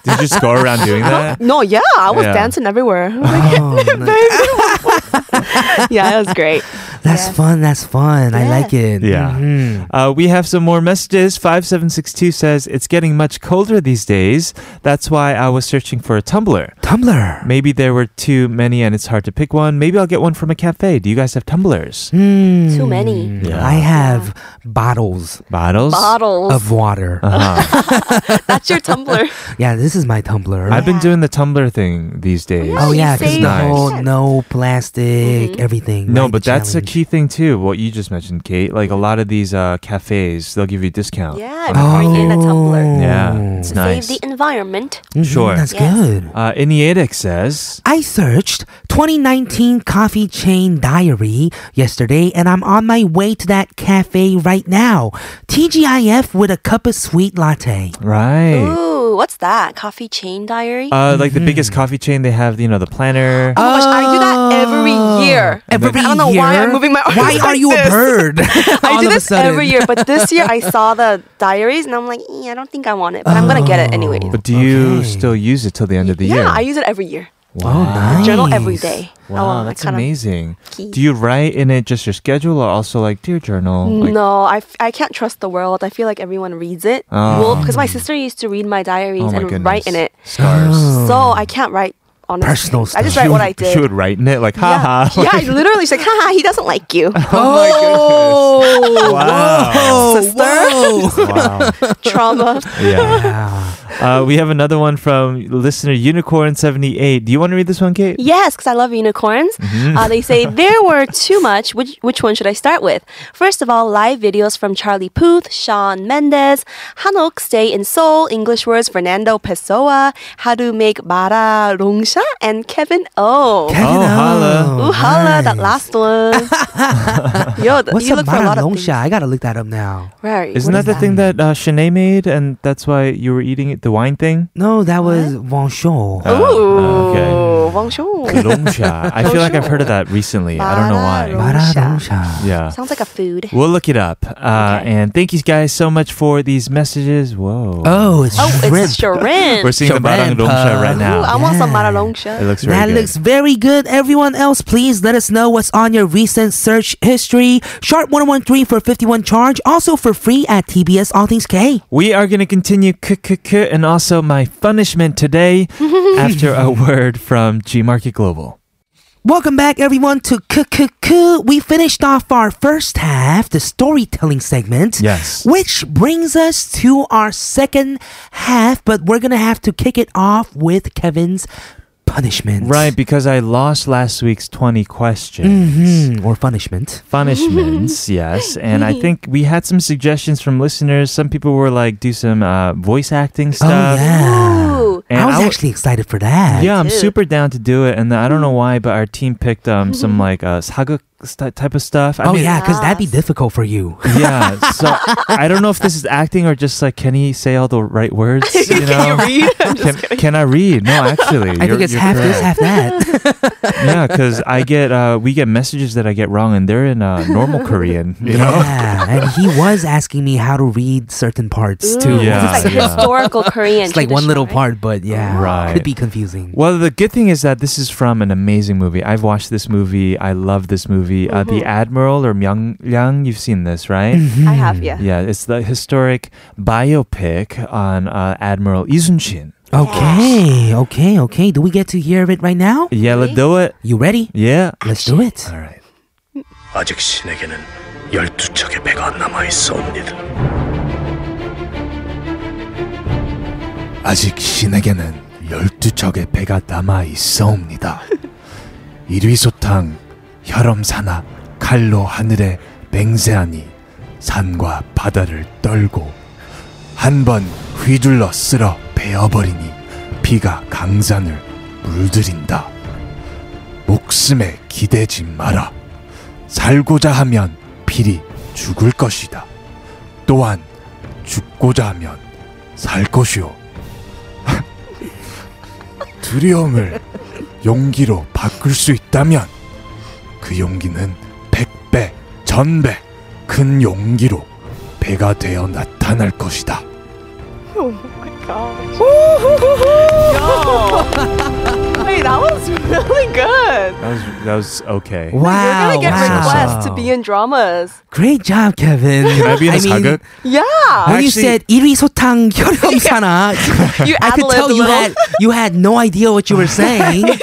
[SPEAKER 1] Did you just go around doing that?
[SPEAKER 6] No, yeah, I was
[SPEAKER 1] Yeah. Oh,
[SPEAKER 6] dancing everywhere. I was like, "Baby." yeah, it was great.
[SPEAKER 2] That's fun. That's fun. I
[SPEAKER 6] Yeah.
[SPEAKER 2] like it.
[SPEAKER 1] Yeah.
[SPEAKER 2] Mhm.
[SPEAKER 1] Uh, we have some more messages. 5762 says, It's getting much colder these days. That's why I was searching for a tumbler.
[SPEAKER 2] Tumblr.
[SPEAKER 1] Maybe there were too many and it's hard to pick one. Maybe I'll get one from a cafe. Do you guys have tumblers?
[SPEAKER 6] Hmm.
[SPEAKER 1] Hmm.
[SPEAKER 2] Mm.
[SPEAKER 6] Too many
[SPEAKER 1] Yeah.
[SPEAKER 2] I have bottles
[SPEAKER 1] Bottles? Oh.
[SPEAKER 6] bottles.
[SPEAKER 2] of water.
[SPEAKER 1] Uh-huh.
[SPEAKER 6] That's your tumbler.
[SPEAKER 2] Yeah, this is my tumbler.
[SPEAKER 1] I've been doing the Tumblr thing these days.
[SPEAKER 2] Oh
[SPEAKER 6] You
[SPEAKER 2] yeah,
[SPEAKER 1] saved
[SPEAKER 2] because the whole
[SPEAKER 6] it. Mm-hmm.
[SPEAKER 2] no plastic, everything.
[SPEAKER 1] No,
[SPEAKER 2] right?
[SPEAKER 1] but
[SPEAKER 2] The
[SPEAKER 1] that's a
[SPEAKER 2] challenge.
[SPEAKER 1] key thing too. What you just mentioned, Kate. Like a lot of these uh, cafes, they'll give you a discount. on
[SPEAKER 6] Yeah,
[SPEAKER 1] the
[SPEAKER 6] bring in a
[SPEAKER 1] coffee.
[SPEAKER 6] tumbler.
[SPEAKER 1] Yeah, it's
[SPEAKER 6] To
[SPEAKER 1] Oh. nice.
[SPEAKER 6] save the environment.
[SPEAKER 2] Mhm,
[SPEAKER 1] Sure.
[SPEAKER 2] That's
[SPEAKER 6] Yes.
[SPEAKER 2] good.
[SPEAKER 1] uh, Inietic says,
[SPEAKER 2] I searched 2019 coffee chain diary yesterday, and I'm on my way to that cafe right now. TGIF with a cup of sweet latte.
[SPEAKER 1] right.
[SPEAKER 6] Ooh, what's that? Coffee chain diary?
[SPEAKER 1] Uh, like the
[SPEAKER 2] Mm-hmm.
[SPEAKER 1] biggest coffee chain, they have you know the planner.
[SPEAKER 6] oh my gosh, I do that every year.
[SPEAKER 2] Oh. Every
[SPEAKER 6] I don't know why
[SPEAKER 2] year?
[SPEAKER 6] I'm moving my arms
[SPEAKER 2] Why
[SPEAKER 6] like
[SPEAKER 2] are you
[SPEAKER 6] this.
[SPEAKER 2] a bird?
[SPEAKER 6] I
[SPEAKER 2] All
[SPEAKER 6] do
[SPEAKER 2] of a
[SPEAKER 6] this
[SPEAKER 2] sudden.
[SPEAKER 6] every year, but this year I saw the diaries and I'm like, "Eh, I don't think I want it, but I'm gonna get it anyways.
[SPEAKER 1] but do you
[SPEAKER 2] okay.
[SPEAKER 1] still use it till the end of Oh. the year?
[SPEAKER 6] yeah, I use it every year.
[SPEAKER 2] Oh, nice.
[SPEAKER 6] Journal every day.
[SPEAKER 1] Wow,
[SPEAKER 6] Oh, I
[SPEAKER 1] that's
[SPEAKER 6] kinda-
[SPEAKER 1] amazing.
[SPEAKER 6] key.
[SPEAKER 1] Do you write in it just your schedule, or also like dear journal? Like,
[SPEAKER 6] no, I, f- I can't trust the world. I feel like everyone reads it.
[SPEAKER 1] Oh.
[SPEAKER 6] Well, because my sister used to read my diaries
[SPEAKER 1] oh my
[SPEAKER 6] and
[SPEAKER 1] goodness.
[SPEAKER 6] write in it.
[SPEAKER 1] Scars.
[SPEAKER 6] So I can't write on
[SPEAKER 2] Personal
[SPEAKER 6] I just
[SPEAKER 2] stuff.
[SPEAKER 6] write what I
[SPEAKER 1] She would- She
[SPEAKER 6] did.
[SPEAKER 1] would write in it like,
[SPEAKER 6] Yeah.
[SPEAKER 1] haha.
[SPEAKER 6] yeah, I literally, she's like, haha, he doesn't like you.
[SPEAKER 1] Oh, wow.
[SPEAKER 2] Oh,
[SPEAKER 6] Sister,
[SPEAKER 1] wow.
[SPEAKER 6] trauma.
[SPEAKER 1] Yeah. Uh, we have another one from listener Unicorn78. Do you want to read this one, Kate?
[SPEAKER 6] Yes, because I love unicorns.
[SPEAKER 1] Mm-hmm.
[SPEAKER 6] Uh, they say there were too much. Which which one should I start with? First of all, live videos from Charlie Puth, Sean Mendes, Hanok Stay in Seoul, English words Fernando Pessoa, How to Make Bara Rongsha, and Kevin O.
[SPEAKER 1] Oh,
[SPEAKER 2] Kevin O.
[SPEAKER 1] holla.
[SPEAKER 6] Ooh, holla, that last one. Yo, th-
[SPEAKER 2] What's
[SPEAKER 6] you
[SPEAKER 2] up,
[SPEAKER 6] look for a lot of
[SPEAKER 2] Maranong
[SPEAKER 6] things.
[SPEAKER 2] Sha? I gotta look that up now.
[SPEAKER 6] Right.
[SPEAKER 1] Isn't that
[SPEAKER 2] what
[SPEAKER 1] the
[SPEAKER 2] does that
[SPEAKER 1] thing that uh, Shanae made and that's why you were eating it, the wine thing?
[SPEAKER 2] No, that was Wang Shou.
[SPEAKER 1] Uh,
[SPEAKER 6] Ooh.
[SPEAKER 1] okay.
[SPEAKER 6] 로방쇼.
[SPEAKER 1] Longcha. I feel like I've heard of that recently. I don't know why.
[SPEAKER 6] Bararong.
[SPEAKER 2] 마라
[SPEAKER 6] 롱샤.
[SPEAKER 2] 롱샤.
[SPEAKER 1] Yeah.
[SPEAKER 6] Sounds like a food.
[SPEAKER 1] We'll look it up. Uh, And thank you guys so much for these messages. Whoa.
[SPEAKER 2] Oh, it's
[SPEAKER 6] Oh,
[SPEAKER 2] shrimp.
[SPEAKER 6] it's shrimp.
[SPEAKER 1] We're seeing the Barang
[SPEAKER 2] Shrimpa.
[SPEAKER 1] Rongsha right
[SPEAKER 6] Ooh, I
[SPEAKER 1] now.
[SPEAKER 6] want some
[SPEAKER 2] Yeah.
[SPEAKER 1] It
[SPEAKER 6] maralongcha.
[SPEAKER 1] looks very
[SPEAKER 2] That
[SPEAKER 1] good.
[SPEAKER 2] looks very good. Everyone else, please let us know what's on your recent search history. Sharp 1013 for 51 charge, also for free at TBS All Things K.
[SPEAKER 1] we are going to continue k- k- k- and also my punishment today after a word from G Market Global.
[SPEAKER 2] Welcome back, everyone, to Kukuku. We finished off our first half, the storytelling segment.
[SPEAKER 1] Yes.
[SPEAKER 2] Which brings us to our second half, but we're going to have to kick it off with Kevin's punishment.
[SPEAKER 1] Right, because I lost last week's 20 questions.
[SPEAKER 2] hmm Or punishment.
[SPEAKER 1] punishments, yes. And I think we had some suggestions from listeners. Some people were like, do some uh, voice acting stuff.
[SPEAKER 2] oh, yeah.
[SPEAKER 6] Ooh.
[SPEAKER 1] And
[SPEAKER 2] I was
[SPEAKER 1] I w-
[SPEAKER 2] actually excited for that.
[SPEAKER 1] yeah, I'm
[SPEAKER 6] too.
[SPEAKER 1] super down to do it. And then I don't know why,
[SPEAKER 2] Mm-hmm.
[SPEAKER 1] but our team picked um, some like uh, saga st- type of stuff. I
[SPEAKER 2] oh,
[SPEAKER 1] mean,
[SPEAKER 2] yeah, because that'd be difficult for you.
[SPEAKER 1] Yeah, so I don't know if this is acting or just like, can he say all the right words? You know? can
[SPEAKER 6] read? I'm just
[SPEAKER 1] Can, I read? No, actually,
[SPEAKER 2] I think it's half this, half that.
[SPEAKER 1] Yeah, because I get uh, we get messages that I get wrong, and they're in uh, normal Korean. You know,
[SPEAKER 2] Yeah, and he was asking me how to read certain parts too.
[SPEAKER 6] Ooh,
[SPEAKER 1] Yeah,
[SPEAKER 6] it's like
[SPEAKER 1] yeah.
[SPEAKER 6] historical Korean.
[SPEAKER 2] It's like one little
[SPEAKER 6] tradition, right?
[SPEAKER 2] part, but yeah,
[SPEAKER 1] Right.
[SPEAKER 2] could be confusing.
[SPEAKER 1] Well, the good thing is that this is from an amazing movie. I've watched this movie. I love this movie. Uh, the Admiral or Myung Liang. You've seen this, right?
[SPEAKER 2] Mm-hmm.
[SPEAKER 6] I have, yeah.
[SPEAKER 1] Yeah, it's the historic biopic on uh, Admiral Lee Sun-shin.
[SPEAKER 2] Okay, okay, okay. Do we get to hear it right now?
[SPEAKER 1] Yeah, let's do it.
[SPEAKER 2] You ready?
[SPEAKER 1] Yeah.
[SPEAKER 2] Let's do it.
[SPEAKER 1] All right.
[SPEAKER 8] 아직 신에게는 열두 척의 배가 남아 있어옵니다.
[SPEAKER 1] 아직 신에게는 12척의 배가 남아 있어옵니다. 일위소탕, 혈엄사나 칼로 하늘에 맹세하니 산과 바다를 떨고 한 번 휘둘러 쓸어 베어버리니 비가 강산을 물들인다. 목숨에 기대지 마라. 살고자 하면 필히 죽을 것이다. 또한 죽고자 하면 살 것이오. 두려움을 용기로 바꿀 수 있다면 그 용기는 백배, 천배 큰 용기로 배가 되어 나타날 것이다.
[SPEAKER 6] Wait, that was really good.
[SPEAKER 1] That was, that was okay.
[SPEAKER 2] Wow,
[SPEAKER 6] You're gonna get
[SPEAKER 2] wow.
[SPEAKER 6] requests to be in dramas.
[SPEAKER 2] Great job, Kevin. Can
[SPEAKER 1] I be in a
[SPEAKER 2] mean,
[SPEAKER 1] saga?
[SPEAKER 6] Yeah.
[SPEAKER 2] when you
[SPEAKER 1] Actually-
[SPEAKER 2] said "irisotan sana,"
[SPEAKER 6] You
[SPEAKER 2] I could
[SPEAKER 6] ad-libbed
[SPEAKER 2] tell
[SPEAKER 6] a
[SPEAKER 2] you
[SPEAKER 6] little.
[SPEAKER 2] had you had no idea what you were saying.
[SPEAKER 6] I-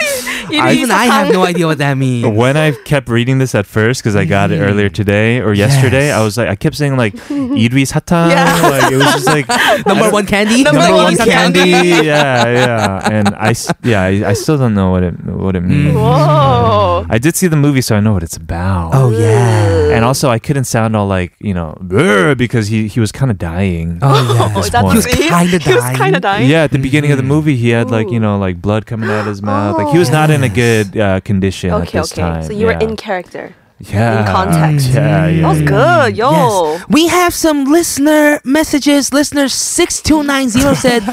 [SPEAKER 2] Even I have no idea what that means.
[SPEAKER 1] When I kept reading this at first, because I got it earlier today or yesterday, I was like, I kept saying like "irui satan."
[SPEAKER 6] Yeah.
[SPEAKER 1] Like it was just like
[SPEAKER 2] Number one candy.
[SPEAKER 1] number
[SPEAKER 6] one
[SPEAKER 1] one
[SPEAKER 6] candy.
[SPEAKER 1] candy. yeah, yeah. And I, s- yeah, I, I still don't know what it what it means.
[SPEAKER 6] Oh. Mm-hmm. Whoa.
[SPEAKER 1] I did see the movie, so I know what it's about.
[SPEAKER 2] Oh yeah.
[SPEAKER 1] And also, I couldn't sound all like you know "Brr," because he he was kind of dying.
[SPEAKER 2] Oh yeah.
[SPEAKER 1] This
[SPEAKER 6] That's
[SPEAKER 1] one.
[SPEAKER 2] He was kinda
[SPEAKER 6] He was
[SPEAKER 2] dying.
[SPEAKER 6] kind of dying.
[SPEAKER 1] Yeah, at the beginning of the movie, he had like you know like blood coming out of his mouth. Like he was not in a good uh, condition at
[SPEAKER 6] Okay,
[SPEAKER 1] this
[SPEAKER 6] okay.
[SPEAKER 1] time.
[SPEAKER 6] So you were
[SPEAKER 1] yeah.
[SPEAKER 6] in character.
[SPEAKER 1] yeah.
[SPEAKER 6] context.
[SPEAKER 1] Yeah, yeah.
[SPEAKER 6] That was
[SPEAKER 1] yeah.
[SPEAKER 6] good, yo.
[SPEAKER 2] Yes. We have some listener messages. Listener 6290 said,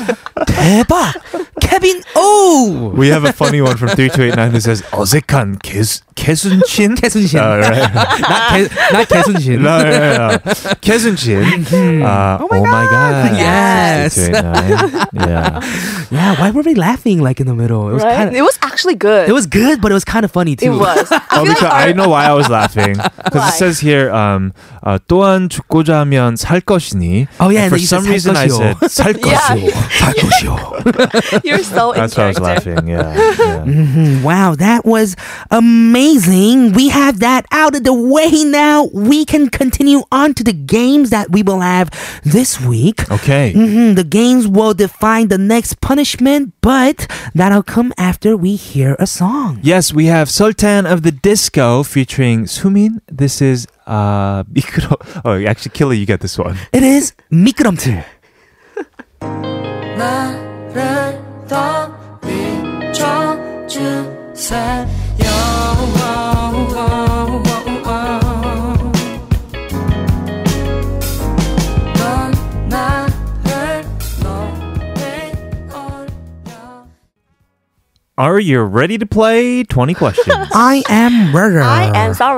[SPEAKER 2] 대박! Kevin O!
[SPEAKER 1] We have a funny one from three two eight nine who says 어색한 개수- 개순친.
[SPEAKER 2] 개순신.
[SPEAKER 1] All Oh, right.
[SPEAKER 2] Uh, not, Ke- not 개순신.
[SPEAKER 1] No, no, no, no. 개순친. Uh, oh my god.
[SPEAKER 2] Yes.
[SPEAKER 1] 6289. Yeah.
[SPEAKER 2] Yeah, why were we laughing like in the middle? It was
[SPEAKER 6] right?
[SPEAKER 2] kind of.
[SPEAKER 6] it was actually good.
[SPEAKER 2] It was good, but it was kind of funny too.
[SPEAKER 6] It was. I
[SPEAKER 1] Oh,
[SPEAKER 6] feel like
[SPEAKER 1] because I
[SPEAKER 6] our-
[SPEAKER 1] know why I was laughing. Because
[SPEAKER 6] Why?
[SPEAKER 1] it says here, um, uh, 또한 죽고자 하면 살 것이니.
[SPEAKER 2] Oh, yeah,
[SPEAKER 1] And for
[SPEAKER 2] and then you said
[SPEAKER 1] some
[SPEAKER 2] 살
[SPEAKER 1] reason I
[SPEAKER 2] 것이요.
[SPEAKER 1] said 살 것이요. 살 것이요.
[SPEAKER 6] you're so in
[SPEAKER 1] That's why I was
[SPEAKER 6] character.
[SPEAKER 1] laughing. Yeah. yeah.
[SPEAKER 2] Mhm, Wow, that was amazing. We have that out of the way now. We can continue on to the games that we will have this week.
[SPEAKER 1] Okay.
[SPEAKER 2] hmm the games will define the next punishment, but that'll come after we hear a song.
[SPEAKER 1] Yes, we have Sultan of the Disco featuring Sumin. This is uh Mikro. Oh, actually, Killer, you get this one.
[SPEAKER 2] It is 미끄럼틀.
[SPEAKER 1] Are you ready to play 20 questions?
[SPEAKER 2] I am murder.
[SPEAKER 6] I am sorry.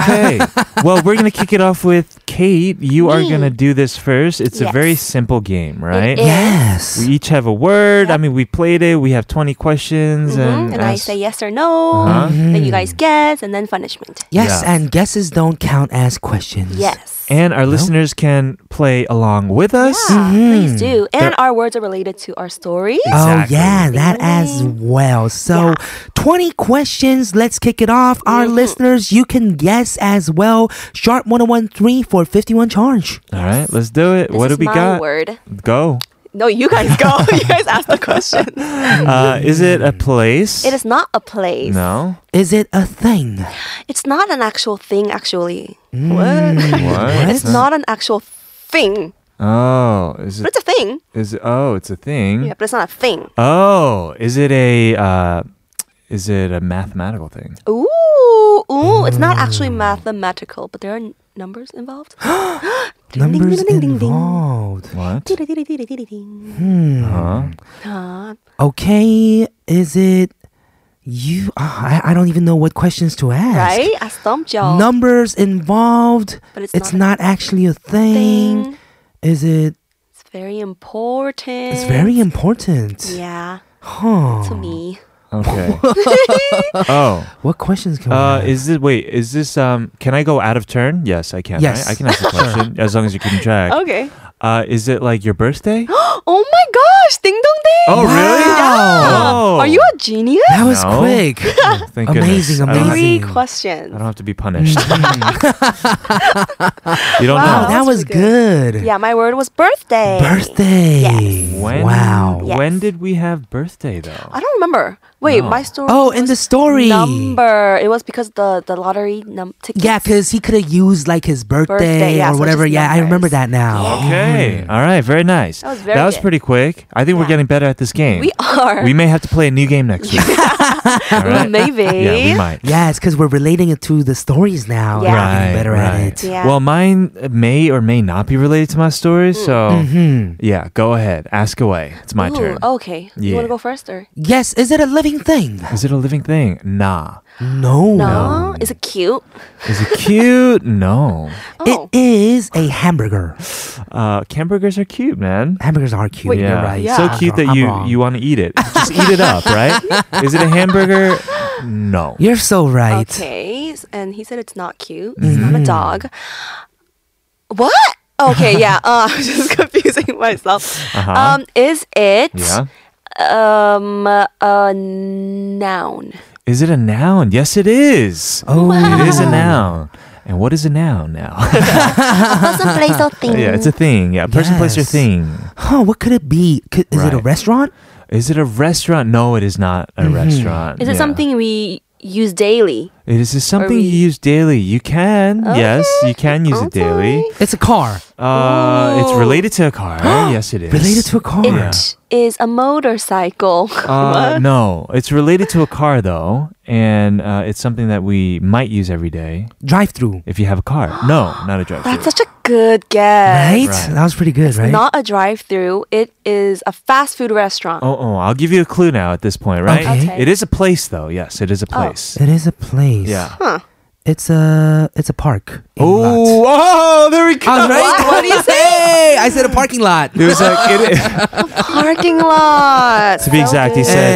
[SPEAKER 1] Okay. well, we're going to kick it off with Kate. You are
[SPEAKER 6] Me.
[SPEAKER 1] going to do this first. It's a very
[SPEAKER 6] Yes.
[SPEAKER 1] simple game, right?
[SPEAKER 6] is.
[SPEAKER 2] Yes.
[SPEAKER 1] We each have a word. I mean, we played it. We have 20 questions. And,
[SPEAKER 6] Mhm, And I
[SPEAKER 1] ask-
[SPEAKER 6] say yes or no.
[SPEAKER 1] Uh-huh.
[SPEAKER 6] Then you guys guess, and then punishment.
[SPEAKER 2] Yes,
[SPEAKER 1] Yeah.
[SPEAKER 2] and guesses don't count as questions.
[SPEAKER 6] Yes.
[SPEAKER 1] And our listeners can play along with
[SPEAKER 6] yeah,
[SPEAKER 1] us.
[SPEAKER 6] Ah, please do. And our words are related to our stories.
[SPEAKER 2] Oh
[SPEAKER 1] Exactly.
[SPEAKER 2] yeah, that as well. So, 20 questions. Let's kick it off. Our
[SPEAKER 6] Mm-hmm.
[SPEAKER 2] listeners, you can guess as well. Sharp 1013 for 51 charge.
[SPEAKER 1] All right, let's do it.
[SPEAKER 6] This
[SPEAKER 1] what do
[SPEAKER 6] is
[SPEAKER 1] we
[SPEAKER 6] my
[SPEAKER 1] got?
[SPEAKER 6] word.
[SPEAKER 1] Go.
[SPEAKER 6] No, you guys go. you guys ask the question.
[SPEAKER 1] Uh, is it a place?
[SPEAKER 6] It is not a place.
[SPEAKER 1] No.
[SPEAKER 2] Is it a thing?
[SPEAKER 6] It's not an actual thing, actually.
[SPEAKER 1] Mm, What?
[SPEAKER 6] It's not an actual thing,
[SPEAKER 1] Oh, is it?
[SPEAKER 6] but it's a thing.
[SPEAKER 1] Is it? Oh, it's a thing.
[SPEAKER 6] Yeah, but it's not a thing.
[SPEAKER 1] Oh, is it a? Uh, is it a mathematical thing?
[SPEAKER 6] Ooh, ooh, it's not actually mathematical, but there are n- numbers involved. Ding, ding,
[SPEAKER 2] Numbers
[SPEAKER 6] ding, ding, ding, ding.
[SPEAKER 2] involved.
[SPEAKER 1] What?
[SPEAKER 6] Ding, ding, ding, ding, ding, ding.
[SPEAKER 1] Huh?
[SPEAKER 6] Ah,
[SPEAKER 2] Okay, is it you? ah, I, I don't even know what questions to ask.
[SPEAKER 6] Right? I stumped y'all.
[SPEAKER 2] Numbers involved.
[SPEAKER 6] But it's
[SPEAKER 2] not, actually a thing.
[SPEAKER 6] Thing.
[SPEAKER 2] Is it?
[SPEAKER 6] It's very important.
[SPEAKER 2] It's very important.
[SPEAKER 6] Yeah,
[SPEAKER 2] Huh.
[SPEAKER 6] to me.
[SPEAKER 1] Okay. oh,
[SPEAKER 2] What questions can
[SPEAKER 1] uh,
[SPEAKER 2] we? ask?
[SPEAKER 1] is this? Wait, is this? Um, can I go out of turn? Yes, I can.
[SPEAKER 2] Yes.
[SPEAKER 1] right? I can ask a question as long as you keep track.
[SPEAKER 6] Okay.
[SPEAKER 1] Uh, is it like your birthday?
[SPEAKER 6] Oh my gosh, ding dong ding.
[SPEAKER 1] Oh, really?
[SPEAKER 6] Yeah.
[SPEAKER 1] Oh.
[SPEAKER 6] Are you a genius?
[SPEAKER 2] that was
[SPEAKER 1] No.
[SPEAKER 2] quick.
[SPEAKER 1] Oh, thank goodness. I
[SPEAKER 2] Amazing,
[SPEAKER 1] don't have-
[SPEAKER 2] amazing.
[SPEAKER 6] Three
[SPEAKER 2] amazing.
[SPEAKER 1] I
[SPEAKER 6] questions.
[SPEAKER 1] don't have to be punished. you don't
[SPEAKER 6] Wow.
[SPEAKER 2] Oh,
[SPEAKER 1] know.
[SPEAKER 2] that
[SPEAKER 6] that
[SPEAKER 2] was
[SPEAKER 6] was
[SPEAKER 2] good.
[SPEAKER 6] Yeah, my word was birthday.
[SPEAKER 2] Birthday.
[SPEAKER 1] When,
[SPEAKER 2] Wow.
[SPEAKER 6] Yes.
[SPEAKER 1] When did we have birthday though?
[SPEAKER 6] I don't remember. Wait,
[SPEAKER 1] No.
[SPEAKER 6] my story.
[SPEAKER 2] Oh, in the story.
[SPEAKER 6] number. It was because the the lottery num ticket.
[SPEAKER 2] Yeah, because he could have used like his birthday,
[SPEAKER 6] Birthday, yeah,
[SPEAKER 2] or
[SPEAKER 6] so
[SPEAKER 2] whatever.
[SPEAKER 6] just
[SPEAKER 2] Yeah, I remember that
[SPEAKER 6] numbers.
[SPEAKER 2] now.
[SPEAKER 1] Okay. Oh. All right. Very nice.
[SPEAKER 6] That was very good.
[SPEAKER 1] pretty quick. I think we're
[SPEAKER 6] Yeah.
[SPEAKER 1] getting better at this game.
[SPEAKER 6] we are.
[SPEAKER 1] We may have to play a new game next week. All
[SPEAKER 6] Well,
[SPEAKER 1] right.
[SPEAKER 6] maybe.
[SPEAKER 1] Yeah, we might.
[SPEAKER 2] Mm-hmm. Yes, because we're relating it to the stories now. and
[SPEAKER 6] Yeah.
[SPEAKER 2] we're getting
[SPEAKER 1] Right,
[SPEAKER 2] better at
[SPEAKER 1] right.
[SPEAKER 2] it.
[SPEAKER 6] Yeah. Mm.
[SPEAKER 1] Well, mine may or may not be related to my story, so
[SPEAKER 2] Mm-hmm. Hmm.
[SPEAKER 1] yeah, go ahead, ask away. It's my
[SPEAKER 6] Ooh, oh.
[SPEAKER 1] turn.
[SPEAKER 6] Okay. You
[SPEAKER 1] Yeah.
[SPEAKER 6] want to go first or
[SPEAKER 2] Yes, is it a living thing?
[SPEAKER 1] Is it a living thing? Nah.
[SPEAKER 2] No.
[SPEAKER 6] no? Is it cute?
[SPEAKER 1] Is it cute? no.
[SPEAKER 6] Oh.
[SPEAKER 2] It is a hamburger.
[SPEAKER 1] Uh, hamburgers are cute, man.
[SPEAKER 2] Hamburgers are cute.
[SPEAKER 1] yeah.
[SPEAKER 2] You're right.
[SPEAKER 1] So cute that
[SPEAKER 2] I'm
[SPEAKER 1] you
[SPEAKER 2] wrong.
[SPEAKER 1] you want to eat it. Just eat it up, right? Is it a hamburger? No.
[SPEAKER 2] You're so right.
[SPEAKER 6] Okay. s- And he said it's not cute. It's
[SPEAKER 1] Mm-hmm.
[SPEAKER 6] not a dog. What? Okay. Yeah. Uh, I'm just confusing myself. Um, is it
[SPEAKER 1] Uh-huh. Yeah.
[SPEAKER 6] um a noun?
[SPEAKER 1] Is it a noun? Yes, it is.
[SPEAKER 2] Oh,
[SPEAKER 1] It is a noun. And what is a noun now?
[SPEAKER 6] Person, place, or thing.
[SPEAKER 1] yeah, it's a thing. Yeah, person, place, or
[SPEAKER 2] Yes.
[SPEAKER 1] thing.
[SPEAKER 2] huh? What could it be? Could, is it a
[SPEAKER 1] Right.
[SPEAKER 2] restaurant?
[SPEAKER 1] Is it a restaurant? No, it is not
[SPEAKER 2] Mm-hmm.
[SPEAKER 1] a restaurant.
[SPEAKER 6] Is it
[SPEAKER 1] Yeah.
[SPEAKER 6] something we use daily?
[SPEAKER 1] It is this something
[SPEAKER 6] we-
[SPEAKER 1] you use daily. You can, yes, you can use it daily.
[SPEAKER 2] It's a car.
[SPEAKER 1] Uh, it's related to a car. yes, it is.
[SPEAKER 2] Related to a car.
[SPEAKER 6] It is a motorcycle.
[SPEAKER 1] Uh, no, it's related to a car though, and uh, it's something that we might use every day
[SPEAKER 2] Drive through.
[SPEAKER 1] if you have a car. No, not a drive-through.
[SPEAKER 6] That's such a good guess.
[SPEAKER 2] Right? That was pretty good, right?
[SPEAKER 6] Not a drive-through. It is a fast food restaurant.
[SPEAKER 1] Oh, oh, I'll give you a clue now at this point, right?
[SPEAKER 2] Okay.
[SPEAKER 6] Okay. Oh.
[SPEAKER 1] It is a place, though. Yes, it is a place.
[SPEAKER 2] it is a place.
[SPEAKER 1] Yeah.
[SPEAKER 2] It's a it's a park. in
[SPEAKER 1] Oh,
[SPEAKER 2] Lodz.
[SPEAKER 1] oh, there we go.
[SPEAKER 2] I was right.
[SPEAKER 6] What do you
[SPEAKER 2] Hey, I said a parking lot.
[SPEAKER 1] It was like, it,
[SPEAKER 6] Parking lot.
[SPEAKER 1] to be
[SPEAKER 6] So
[SPEAKER 1] exact, he
[SPEAKER 6] good.
[SPEAKER 1] said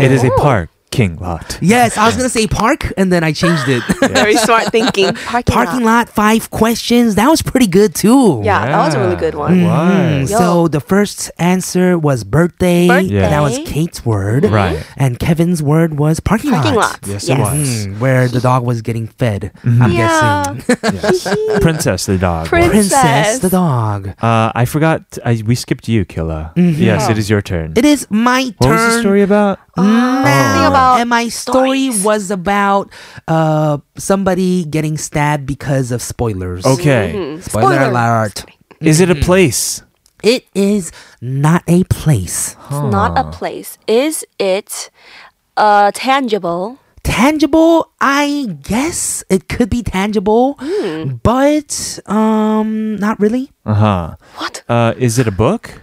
[SPEAKER 2] Hey.
[SPEAKER 1] it is a park king lot.
[SPEAKER 2] Yes, I was gonna say park, and then I changed it.
[SPEAKER 6] Very smart thinking. Parking,
[SPEAKER 2] parking lot. Five questions. That was pretty good too.
[SPEAKER 6] Yeah, that was a really good one.
[SPEAKER 2] Mm,
[SPEAKER 1] Was.
[SPEAKER 2] so the first answer was birthday.
[SPEAKER 6] Birthday.
[SPEAKER 2] and That was Kate's word.
[SPEAKER 1] Right.
[SPEAKER 2] And Kevin's word was parking,
[SPEAKER 6] Parking lot.
[SPEAKER 1] Yes, it was. Mm-hmm.
[SPEAKER 2] Mm, where the dog was getting fed. I'm
[SPEAKER 6] Yeah.
[SPEAKER 2] guessing.
[SPEAKER 1] Yes. Princess the dog.
[SPEAKER 6] Prin-
[SPEAKER 1] was.
[SPEAKER 2] Princess
[SPEAKER 6] Princess.
[SPEAKER 2] the dog.
[SPEAKER 1] Uh, I forgot. I, we skipped you, Killa.
[SPEAKER 2] Mm-hmm.
[SPEAKER 6] Oh.
[SPEAKER 1] Yes, it is your turn.
[SPEAKER 2] It is my
[SPEAKER 1] what
[SPEAKER 2] turn.
[SPEAKER 1] was the story about?
[SPEAKER 2] now.
[SPEAKER 6] about
[SPEAKER 2] and my story
[SPEAKER 6] stories.
[SPEAKER 2] was about uh, somebody getting stabbed because of spoilers.
[SPEAKER 1] Oh, Okay.
[SPEAKER 6] Mm-hmm.
[SPEAKER 2] Spoiler,
[SPEAKER 6] Spoiler.
[SPEAKER 2] alert.
[SPEAKER 1] Is it a
[SPEAKER 2] Mm-hmm.
[SPEAKER 1] place?
[SPEAKER 2] It is not a place.
[SPEAKER 6] It's not a place. Is it uh, tangible?
[SPEAKER 2] Tangible, I guess it could be tangible,
[SPEAKER 6] Hmm.
[SPEAKER 2] but um not really.
[SPEAKER 1] Uh-huh.
[SPEAKER 6] What?
[SPEAKER 1] Uh Is it a book?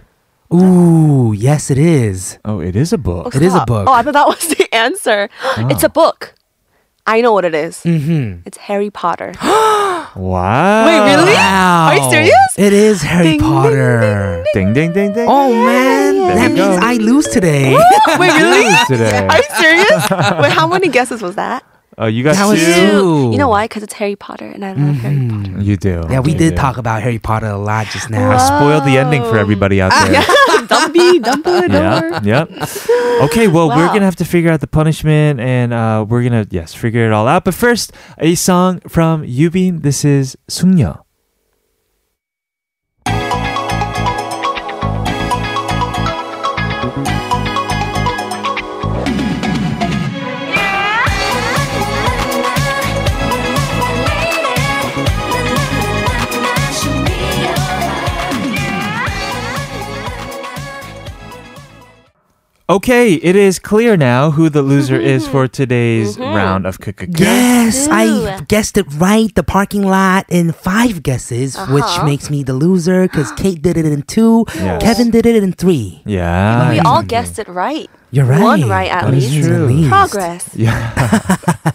[SPEAKER 2] Ooh, yes, it is.
[SPEAKER 1] Oh, it is a book.
[SPEAKER 2] It is a
[SPEAKER 6] Stop.
[SPEAKER 2] book.
[SPEAKER 6] Oh, I thought that was the answer. It's a book. I know what it is.
[SPEAKER 2] Mm-hmm.
[SPEAKER 6] It's Harry Potter.
[SPEAKER 1] Wow.
[SPEAKER 6] Wait, really? Are you serious?
[SPEAKER 2] It is Harry
[SPEAKER 6] Ding, ding,
[SPEAKER 2] Potter.
[SPEAKER 1] Ding ding ding ding.
[SPEAKER 2] Oh man,
[SPEAKER 1] There
[SPEAKER 2] that
[SPEAKER 1] you
[SPEAKER 2] means
[SPEAKER 1] go.
[SPEAKER 2] I lose today.
[SPEAKER 6] Wait, really?
[SPEAKER 1] Today.
[SPEAKER 6] Are you serious? Wait, how many guesses was that?
[SPEAKER 1] Oh, you got
[SPEAKER 2] That was
[SPEAKER 1] two.
[SPEAKER 2] Two.
[SPEAKER 6] You know why? Because it's Harry Potter, and I love Harry Potter.
[SPEAKER 1] You do.
[SPEAKER 2] yeah, we
[SPEAKER 1] You
[SPEAKER 2] did
[SPEAKER 1] do.
[SPEAKER 2] talk about Harry Potter a lot just
[SPEAKER 1] I
[SPEAKER 2] now.
[SPEAKER 1] spoiled the ending for everybody out there.
[SPEAKER 6] Don't be, Oh. don't be,
[SPEAKER 1] Yeah. Yep. Okay. Well, we're
[SPEAKER 6] Wow.
[SPEAKER 1] gonna have to figure out the punishment, and uh, we're gonna yes figure it all out. But first, a song from Yubin. This is 숙녀. Okay, it is clear now who the loser is for today's
[SPEAKER 6] Mm-hmm.
[SPEAKER 1] round of cooking.
[SPEAKER 2] Yes, I
[SPEAKER 6] Ooh.
[SPEAKER 2] guessed it right. The parking lot in five guesses, which
[SPEAKER 6] Uh-huh.
[SPEAKER 2] makes me the loser because Kate did it in two,
[SPEAKER 1] Yes.
[SPEAKER 2] Kevin did it in three.
[SPEAKER 1] Yeah.
[SPEAKER 6] We
[SPEAKER 1] exactly.
[SPEAKER 6] all guessed it right.
[SPEAKER 2] You're right.
[SPEAKER 6] One right at
[SPEAKER 1] That is
[SPEAKER 6] least.
[SPEAKER 1] true.
[SPEAKER 2] At least.
[SPEAKER 6] Progress.
[SPEAKER 1] Yeah.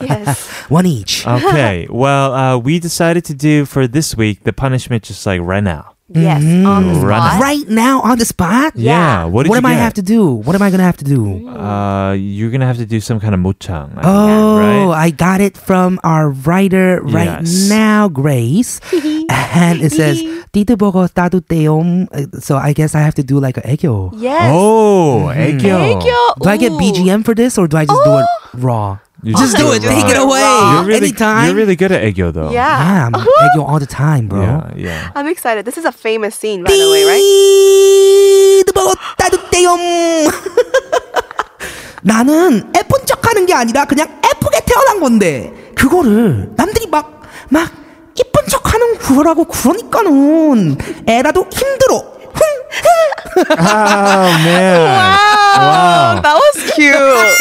[SPEAKER 6] yes.
[SPEAKER 2] One each.
[SPEAKER 1] okay. Well, uh, we decided to do for this week the punishment just like right now.
[SPEAKER 6] Yes. On the
[SPEAKER 1] Run
[SPEAKER 2] Mm-hmm.
[SPEAKER 6] spot.
[SPEAKER 2] right now on the spot.
[SPEAKER 1] Yeah. What did you
[SPEAKER 2] what am I have to do? What am I gonna have to do?
[SPEAKER 1] Uh, you're gonna have to do some kind of mochang. I think,
[SPEAKER 2] Oh,
[SPEAKER 1] right?
[SPEAKER 2] I got it from our writer right
[SPEAKER 1] Yes.
[SPEAKER 2] now, Grace, and it says "Tito 보고 따뜻해요." Uh, So I guess I have to do like an eggyo.
[SPEAKER 6] Yes.
[SPEAKER 1] Oh,
[SPEAKER 6] Thank
[SPEAKER 1] 애교.
[SPEAKER 6] you.
[SPEAKER 2] Do I get
[SPEAKER 6] Ooh.
[SPEAKER 2] BGM for this, or do I just do it raw?
[SPEAKER 1] You
[SPEAKER 2] Oh. Just do it.
[SPEAKER 1] raw.
[SPEAKER 2] Take it away.
[SPEAKER 1] You're really,
[SPEAKER 2] Anytime.
[SPEAKER 1] You're really good at 애교 though.
[SPEAKER 6] Yeah.
[SPEAKER 2] yeah, I'm eggyo all the time, bro.
[SPEAKER 1] Yeah. Yeah.
[SPEAKER 6] I'm excited. This is a famous scene, by the way, right?
[SPEAKER 2] 띠도 보고 따뜻해요. 나는 예쁜 척하는 게 아니라 그냥 예쁘게 태어난 건데 그거를 남들이 막 막 이쁜 척하는 구라고 그러니까는 애라도 힘들어.
[SPEAKER 1] Oh man.
[SPEAKER 6] Wow. That was cute.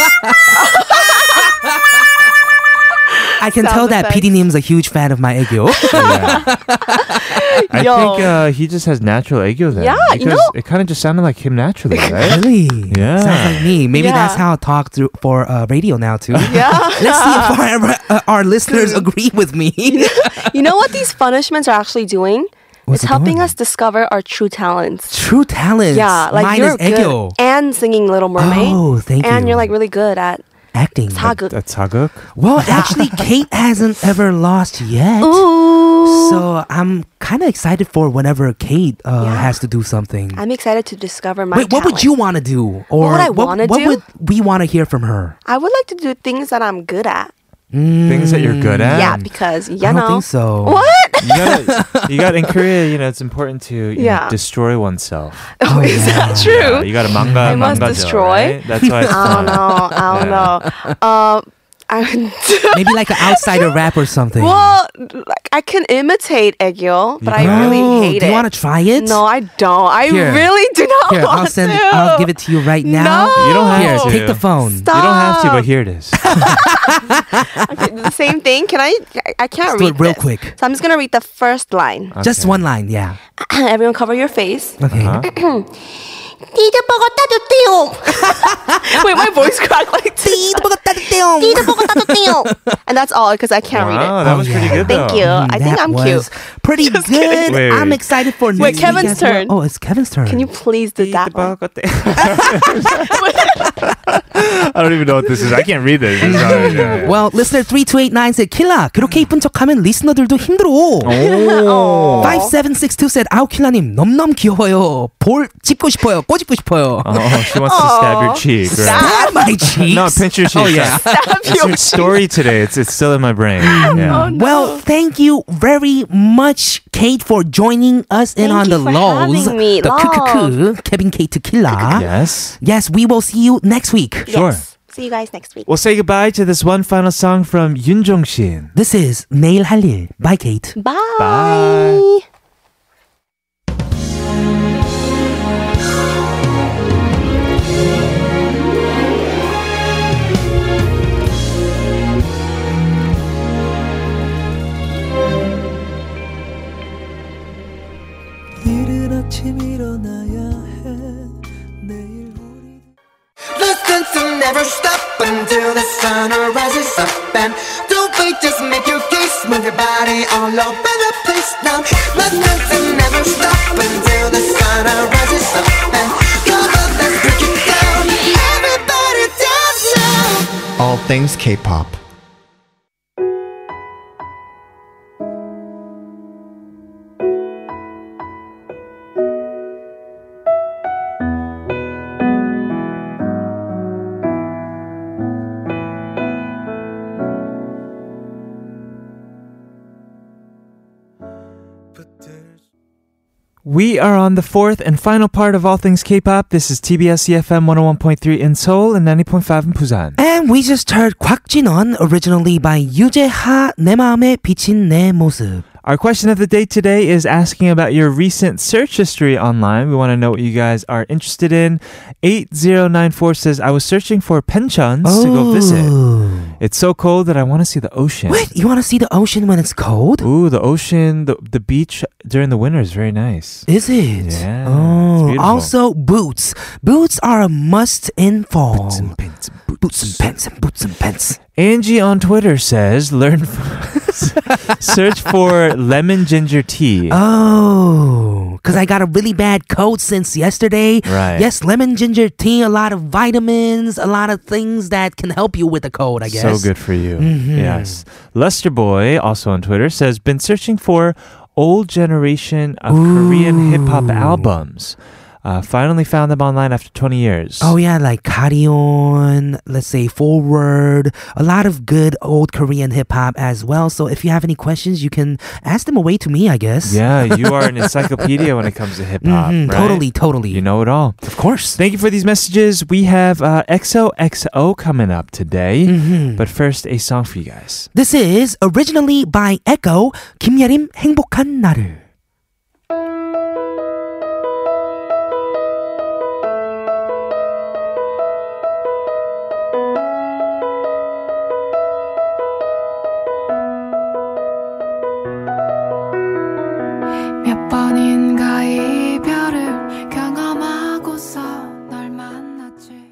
[SPEAKER 2] I can
[SPEAKER 6] Sound
[SPEAKER 2] tell that
[SPEAKER 6] effects.
[SPEAKER 2] PD님's a huge fan of my 애교.
[SPEAKER 1] I
[SPEAKER 6] Yo.
[SPEAKER 1] think uh, he just has natural ego then.
[SPEAKER 6] Yeah, you
[SPEAKER 1] because
[SPEAKER 6] know-
[SPEAKER 1] it kind of just sounded like him naturally, right?
[SPEAKER 2] really?
[SPEAKER 1] Yeah.
[SPEAKER 2] Sounds like me. Maybe
[SPEAKER 6] Yeah.
[SPEAKER 2] that's how I talk through for uh, radio now too.
[SPEAKER 6] Yeah.
[SPEAKER 2] Let's see if our, uh, our listeners agree with me.
[SPEAKER 6] You know what these punishments are actually doing?
[SPEAKER 2] What's
[SPEAKER 6] it's
[SPEAKER 2] it
[SPEAKER 6] helping
[SPEAKER 2] doing?
[SPEAKER 6] us discover our true talents.
[SPEAKER 2] True talents.
[SPEAKER 6] Yeah, like
[SPEAKER 2] Mine
[SPEAKER 6] you're
[SPEAKER 2] is 애교.
[SPEAKER 6] good and singing Little Mermaid.
[SPEAKER 2] Oh, thank
[SPEAKER 6] And
[SPEAKER 2] you.
[SPEAKER 6] you're like really good at
[SPEAKER 2] Acting.
[SPEAKER 6] 사극.
[SPEAKER 1] That's Haguk.
[SPEAKER 2] Well, actually, Kate hasn't ever lost yet.
[SPEAKER 6] Ooh.
[SPEAKER 2] So I'm kind of excited for whenever Kate uh,
[SPEAKER 6] Yeah.
[SPEAKER 2] has to do something.
[SPEAKER 6] I'm excited to discover my.
[SPEAKER 2] Wait, what would
[SPEAKER 6] talent.
[SPEAKER 2] you want to do? Or
[SPEAKER 6] would I wanna
[SPEAKER 2] what
[SPEAKER 6] do?
[SPEAKER 2] would we want to hear from her?
[SPEAKER 6] I would like to do things that I'm good at.
[SPEAKER 1] Mm. Things that you're good at.
[SPEAKER 6] yeah, because you
[SPEAKER 2] I don't
[SPEAKER 6] know.
[SPEAKER 2] think so.
[SPEAKER 6] What?
[SPEAKER 1] You gotta, you got in Korea, you know, it's important to you know,
[SPEAKER 6] Yeah.
[SPEAKER 1] destroy oneself.
[SPEAKER 2] Oh,
[SPEAKER 6] Is
[SPEAKER 2] yeah.
[SPEAKER 6] that true?
[SPEAKER 1] Yeah, you got to manga.
[SPEAKER 6] I must
[SPEAKER 1] mangajo,
[SPEAKER 6] destroy? Oh,
[SPEAKER 1] right? That's why it's
[SPEAKER 6] I don't
[SPEAKER 1] fun.
[SPEAKER 6] know. I don't know. Um, I would-
[SPEAKER 2] Maybe like an outsider rap or something.
[SPEAKER 6] well, like I can imitate Egyo, but I really
[SPEAKER 2] No,
[SPEAKER 6] hate
[SPEAKER 2] do
[SPEAKER 6] it.
[SPEAKER 2] you want to try it?
[SPEAKER 6] No, I don't. I
[SPEAKER 2] Here.
[SPEAKER 6] really do not
[SPEAKER 2] Here,
[SPEAKER 6] want
[SPEAKER 2] I'll send.
[SPEAKER 6] to.
[SPEAKER 2] I'll give it to you right now.
[SPEAKER 6] No.
[SPEAKER 1] You don't
[SPEAKER 2] Here,
[SPEAKER 1] have to.
[SPEAKER 2] take the phone.
[SPEAKER 6] Stop.
[SPEAKER 1] You don't have to, but here it is.
[SPEAKER 6] the same thing. Can I? I- I can't
[SPEAKER 2] Let's do
[SPEAKER 6] read
[SPEAKER 2] it real
[SPEAKER 6] this.
[SPEAKER 2] quick. Uh.
[SPEAKER 6] So I'm just gonna read the first line.
[SPEAKER 2] Just one line, yeah.
[SPEAKER 6] Everyone, cover your face.
[SPEAKER 2] Okay.
[SPEAKER 1] Uh-huh.
[SPEAKER 6] Wait, my voice cracked like this. and that's all because I can't
[SPEAKER 1] wow,
[SPEAKER 6] read
[SPEAKER 1] that
[SPEAKER 2] Oh,
[SPEAKER 1] was
[SPEAKER 2] yeah.
[SPEAKER 1] pretty good, though.
[SPEAKER 6] Thank you.
[SPEAKER 2] Mm,
[SPEAKER 6] Uh, I think
[SPEAKER 2] that
[SPEAKER 6] I'm
[SPEAKER 2] was
[SPEAKER 6] cute.
[SPEAKER 2] Pretty good.
[SPEAKER 1] Wait.
[SPEAKER 2] I'm excited for next week
[SPEAKER 6] Kevin's
[SPEAKER 2] as well.
[SPEAKER 6] turn.
[SPEAKER 2] Oh, it's Kevin's turn.
[SPEAKER 6] it. Can you please do that one?
[SPEAKER 1] I don't even know what this is. I can't read this. It's not- yeah, Hmm. yeah.
[SPEAKER 2] Well, listener 3289 said, 킬라, 그렇게 이쁜 척하면 리스너들도 힘들어.
[SPEAKER 1] Oh.
[SPEAKER 2] 5762 said, 아우, 킬라님, 넘넘 귀여워요. 볼 짚고 싶어요. 꼬집고 싶어요.
[SPEAKER 1] Oh, she wants to stab your cheek. Right?
[SPEAKER 2] Stab my cheeks.
[SPEAKER 1] No, pinch your cheek.
[SPEAKER 2] Oh, yeah.
[SPEAKER 1] It's your story today. It's it's still in my brain.
[SPEAKER 2] Oh,
[SPEAKER 6] Oh,
[SPEAKER 1] Yeah.
[SPEAKER 2] Well, thank you very much, Kate, for joining us in
[SPEAKER 6] Thank
[SPEAKER 2] on
[SPEAKER 6] you
[SPEAKER 2] the
[SPEAKER 6] for
[SPEAKER 2] lows.
[SPEAKER 6] having me.
[SPEAKER 2] The
[SPEAKER 6] Love.
[SPEAKER 2] 크크크, Kevin Kate
[SPEAKER 1] Ah.
[SPEAKER 2] Tequila.
[SPEAKER 1] Yes.
[SPEAKER 2] Yes, we will see you next week.
[SPEAKER 1] Sure.
[SPEAKER 6] Yes. See you guys next week.
[SPEAKER 1] We'll say goodbye to this one final song from Yun Jong Shin.
[SPEAKER 2] This is 내일 할 일. Bye, Kate.
[SPEAKER 6] Bye.
[SPEAKER 1] Bye.
[SPEAKER 5] 일을 이른 아침 일어나야 해 내일 우리
[SPEAKER 9] All things K-pop.
[SPEAKER 1] We are on the fourth and final part of All Things K-pop. This is TBS EFM 101.3 in Seoul and 90.5 in Busan.
[SPEAKER 2] And we just heard 곽진원 originally by 유재하 내 마음에 비친 내 모습.
[SPEAKER 1] Our question of the day today is asking about your recent search history online. We want to know what you guys are interested in. 8094 says, I was searching for pensions to go
[SPEAKER 2] Oh.
[SPEAKER 1] visit. It's so cold that I want to see the ocean.
[SPEAKER 2] Wait, you want to see the ocean when it's cold?
[SPEAKER 1] Ooh, the ocean, the, the beach during the winter is very nice.
[SPEAKER 2] Is it?
[SPEAKER 1] Yeah, it's
[SPEAKER 2] Oh,
[SPEAKER 1] beautiful.
[SPEAKER 2] also boots. Boots are a must in fall. Boots and
[SPEAKER 1] pants and
[SPEAKER 2] boots and pants and boots and pants.
[SPEAKER 1] Angie on Twitter says, learn, search for lemon ginger tea.
[SPEAKER 2] Oh, because I got a really bad cold since yesterday.
[SPEAKER 1] Right.
[SPEAKER 2] Yes, lemon ginger tea, a lot of vitamins, a lot of things that can help you with a cold, I
[SPEAKER 1] So
[SPEAKER 2] guess. Mm-hmm.
[SPEAKER 1] good for you. Yes. Lester Boy, also on Twitter, says, been searching for old generation of Korean hip hop albums. Uh, finally found them online after 20 years.
[SPEAKER 2] Oh, yeah, like Carrion, let's say Forward, a lot of good old Korean hip hop as well. So if you have any questions, you can ask them away to me, I guess.
[SPEAKER 1] yeah. you are an encyclopedia when it comes to hip hop.
[SPEAKER 2] Mhm,
[SPEAKER 1] right?
[SPEAKER 2] Totally, totally.
[SPEAKER 1] You know it all.
[SPEAKER 2] Of course.
[SPEAKER 1] Thank you for these messages. We have uh, XOXO coming up today.
[SPEAKER 2] Mm-hmm.
[SPEAKER 1] But first, a song for you guys.
[SPEAKER 2] This is originally by Echo, 김예림 행복한 나를.
[SPEAKER 3] 몇 번인가 이별을 경험하고서 널 만났지.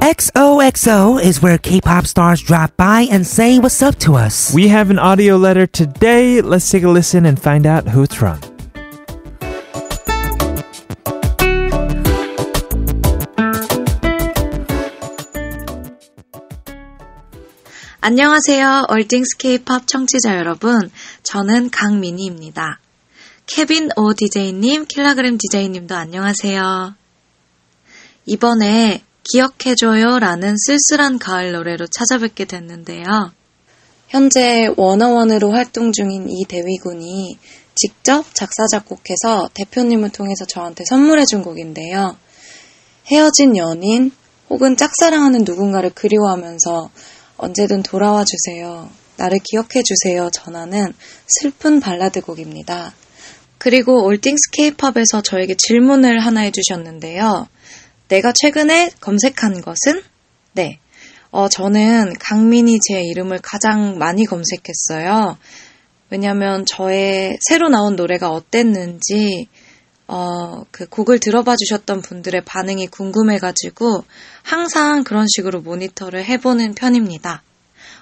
[SPEAKER 2] XOXO is where K-pop stars drop by and say what's up to us.
[SPEAKER 1] We have an audio letter today. Let's take a listen and find out who it's from.
[SPEAKER 3] 안녕하세요. 얼띵스 케이팝 청취자 여러분. 저는 강민희입니다. 케빈 오 DJ님, 킬라그램 DJ님도 안녕하세요. 이번에 기억해줘요 라는 쓸쓸한 가을 노래로 찾아뵙게 됐는데요. 현재 워너원으로 활동 중인 이 대위군이 직접 작사, 작곡해서 대표님을 통해서 저한테 선물해준 곡인데요. 헤어진 연인 혹은 짝사랑하는 누군가를 그리워하면서 언제든 돌아와 주세요. 나를 기억해 주세요. 전하는 슬픈 발라드 곡입니다. 그리고 올띵스 케이팝에서 저에게 질문을 하나 해주셨는데요. 내가 최근에 검색한 것은? 네. 어, 저는 강민이 제 이름을 가장 많이 검색했어요. 왜냐면 저의 새로 나온 노래가 어땠는지, 어, 그 곡을 들어봐 주셨던 분들의 반응이 궁금해가지고 항상 그런 식으로 모니터를 해보는 편입니다.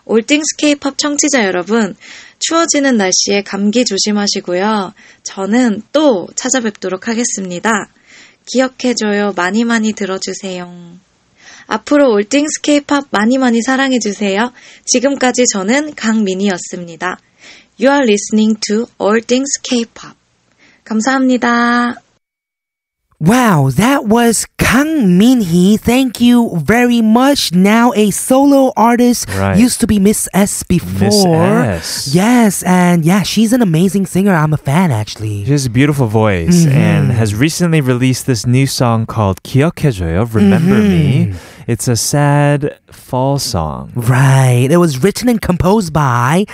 [SPEAKER 3] 올띵스 케이팝 청취자 여러분, 추워지는 날씨에 감기 조심하시고요. 저는 또 찾아뵙도록 하겠습니다. 기억해줘요. 많이 많이 들어주세요. 앞으로 올띵스 케이팝 많이 많이 사랑해주세요. 지금까지 저는 강민이었습니다. You are listening to All Things K-pop. 감사합니다.
[SPEAKER 2] Wow, that was Kang Min Hee. Thank you very much. Now a solo artist
[SPEAKER 1] Right.
[SPEAKER 2] used to be Miss S before.
[SPEAKER 1] Miss S.
[SPEAKER 2] Yes, and yeah, she's an amazing singer. I'm a fan actually.
[SPEAKER 1] She has a beautiful voice
[SPEAKER 2] Mm-hmm.
[SPEAKER 1] and has recently released this new song called 기억해줘요, Remember Me.
[SPEAKER 2] Mm-hmm.
[SPEAKER 1] It's a sad fall song.
[SPEAKER 2] Right. It was written and composed by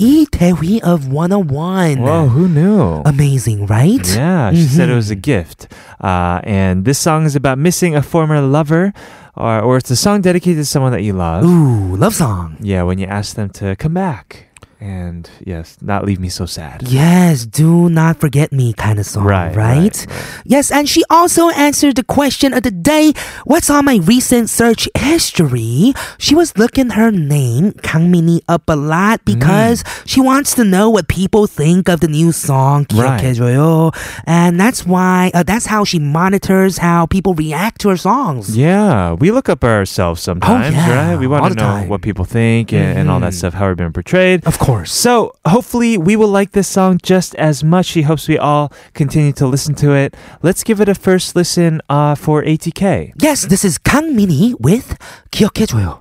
[SPEAKER 2] E Taehui of 101.
[SPEAKER 1] Whoa, who knew?
[SPEAKER 2] Mm-hmm. Amazing, Mm-hmm. right?
[SPEAKER 1] Yeah, she said it was a gift. Uh, and this song is about missing a former lover, or, or it's a song dedicated to someone that you love.
[SPEAKER 2] Ooh, love song.
[SPEAKER 1] Yeah, when you ask them to come back and, yes, not leave me so sad.
[SPEAKER 2] Yes, do not forget me kind of song,
[SPEAKER 1] Right,
[SPEAKER 2] right,
[SPEAKER 1] right,
[SPEAKER 2] Yes, and she also answered the question of the day, what's on my recent search history? She was looking her name, Kangmini, up a lot because she wants to know what people think of the new song,
[SPEAKER 1] Right.
[SPEAKER 2] 기억해줘요. And that's why, uh, that's how she monitors how people react to her songs.
[SPEAKER 1] Yeah, we look up ourselves sometimes,
[SPEAKER 2] Oh, yeah,
[SPEAKER 1] right? We
[SPEAKER 2] all
[SPEAKER 1] want to
[SPEAKER 2] the
[SPEAKER 1] know
[SPEAKER 2] time. Mm-hmm.
[SPEAKER 1] what people think and, and all that stuff, how we've been portrayed.
[SPEAKER 2] Of course.
[SPEAKER 1] So hopefully we will like this song just as much. She hopes we all continue to listen to it. Let's give it a first listen uh, for ATK.
[SPEAKER 2] Yes, this is 강민희 with 기억해줘요.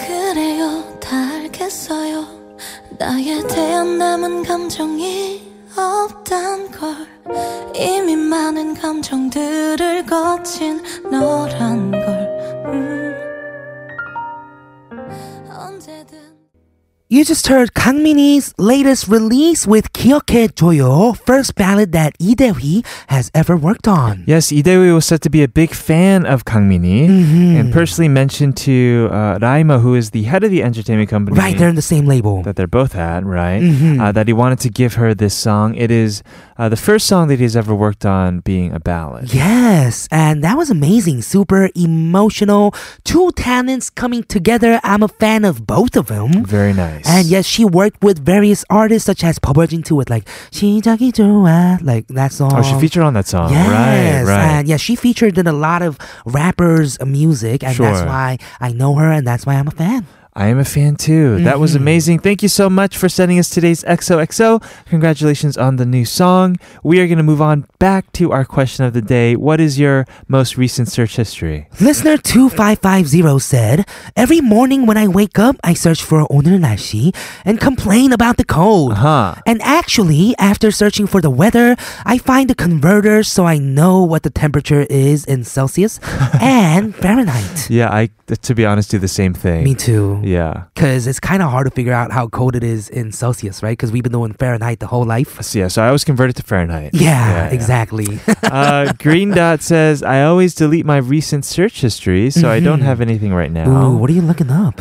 [SPEAKER 5] 그래요 다 알겠어요 나에 대한 남은 감정이 없단 걸 이미 많은 감정들을 거친 너란 걸 음. 언제든
[SPEAKER 2] You just heard Kang Min's latest release with Kiyoke Joyo, first ballad that Lee Dae-hee has ever worked on.
[SPEAKER 1] Yes, Idewi was said to be a big fan of Kangmini
[SPEAKER 2] Mm-hmm.
[SPEAKER 1] and personally mentioned to uh, Raima, who is the head of the entertainment company.
[SPEAKER 2] Right, they're Mm-hmm. in the same label.
[SPEAKER 1] that they're both at, right? Uh, that he wanted to give her this song. It is uh, the first song that he's ever worked on being a ballad.
[SPEAKER 2] Yes, and that was amazing. Super emotional. Two talents coming together. I'm a fan of both of them.
[SPEAKER 1] Very nice.
[SPEAKER 2] And yes, she worked with various artists such as Bobberjin with like 시작이 좋아, like that song.
[SPEAKER 1] Oh, she featured on that song.
[SPEAKER 2] Yes,
[SPEAKER 1] Right, right.
[SPEAKER 2] and yeah, she featured in a lot of rappers' music, and that's
[SPEAKER 1] Sure.
[SPEAKER 2] why I know her, and that's why I'm a fan.
[SPEAKER 1] I am a fan too. That
[SPEAKER 2] Mm-hmm.
[SPEAKER 1] was amazing. Thank you so much for sending us today's XOXO. Congratulations on the new song. We are going to move on back to our question of the day. What is your most recent search history?
[SPEAKER 2] Listener 2550 said, Every morning when I wake up, I search for 오늘 날씨 and complain about the cold.
[SPEAKER 1] Huh.
[SPEAKER 2] And actually, after searching for the weather, I find the converter so I know what the temperature is in Celsius and Fahrenheit.
[SPEAKER 1] Yeah, I to be honest do the same thing.
[SPEAKER 2] Me too.
[SPEAKER 1] Yeah.
[SPEAKER 2] Because it's kind of hard to figure out how cold it is in Celsius, right? Because we've been doing Fahrenheit the whole life.
[SPEAKER 1] So, yeah, so I was converted to Fahrenheit.
[SPEAKER 2] Yeah, exactly.
[SPEAKER 1] uh, Green Dot says, I always delete my recent search history, so I don't have anything right now.
[SPEAKER 2] Mm-hmm. Ooh, what are you looking up?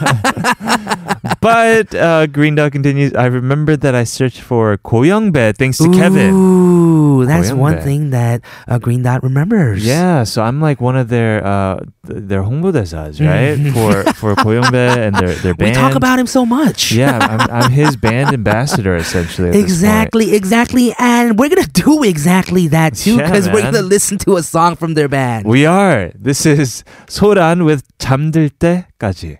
[SPEAKER 1] Uh, but uh, Green Dot continues, I remember that I searched for Koyongbed thanks to Kevin.
[SPEAKER 2] Ooh, that's
[SPEAKER 1] Korean
[SPEAKER 2] one
[SPEAKER 1] bed.
[SPEAKER 2] thing that uh, Green Dot remembers.
[SPEAKER 1] Yeah, so I'm like one of their uh, th- their 홍보대사s, right? for for Koyongbed and their their
[SPEAKER 2] We
[SPEAKER 1] band.
[SPEAKER 2] talk about him so much.
[SPEAKER 1] Yeah, I'm, I'm his band ambassador essentially. at this point.
[SPEAKER 2] Exactly, exactly. And we're going to do exactly that too
[SPEAKER 1] Yeah,
[SPEAKER 2] because we're
[SPEAKER 1] man.
[SPEAKER 2] going to listen to a song from their band.
[SPEAKER 1] We are. This is 소란 with 잠들 때까지.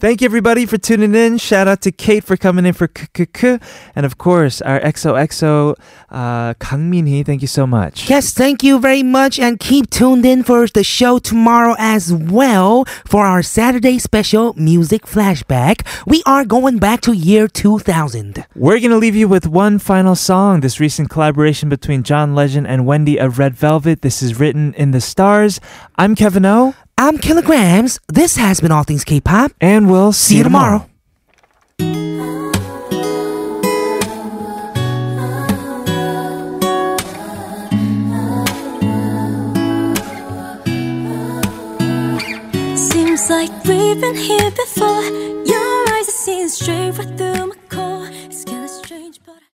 [SPEAKER 1] Thank you, everybody, for tuning in. Shout out to Kate for coming in for KKK. And of course, our XOXO, uh, Kang Minhee. Thank you so much.
[SPEAKER 2] Yes, thank you very much and keep tuned in for the show tomorrow as well for our Saturday special music flashback. We are going back to year 2000.
[SPEAKER 1] We're going to leave you with one final song. This recent collaboration between John Legend and Wendy of Red Velvet. This is written in the stars. I'm Kevin O,
[SPEAKER 2] I'm Kilograms. This has been All Things K-Pop.
[SPEAKER 1] and we'll see,
[SPEAKER 2] See you tomorrow.
[SPEAKER 5] Seems like we've been here before. Your eyes are seeing straight right through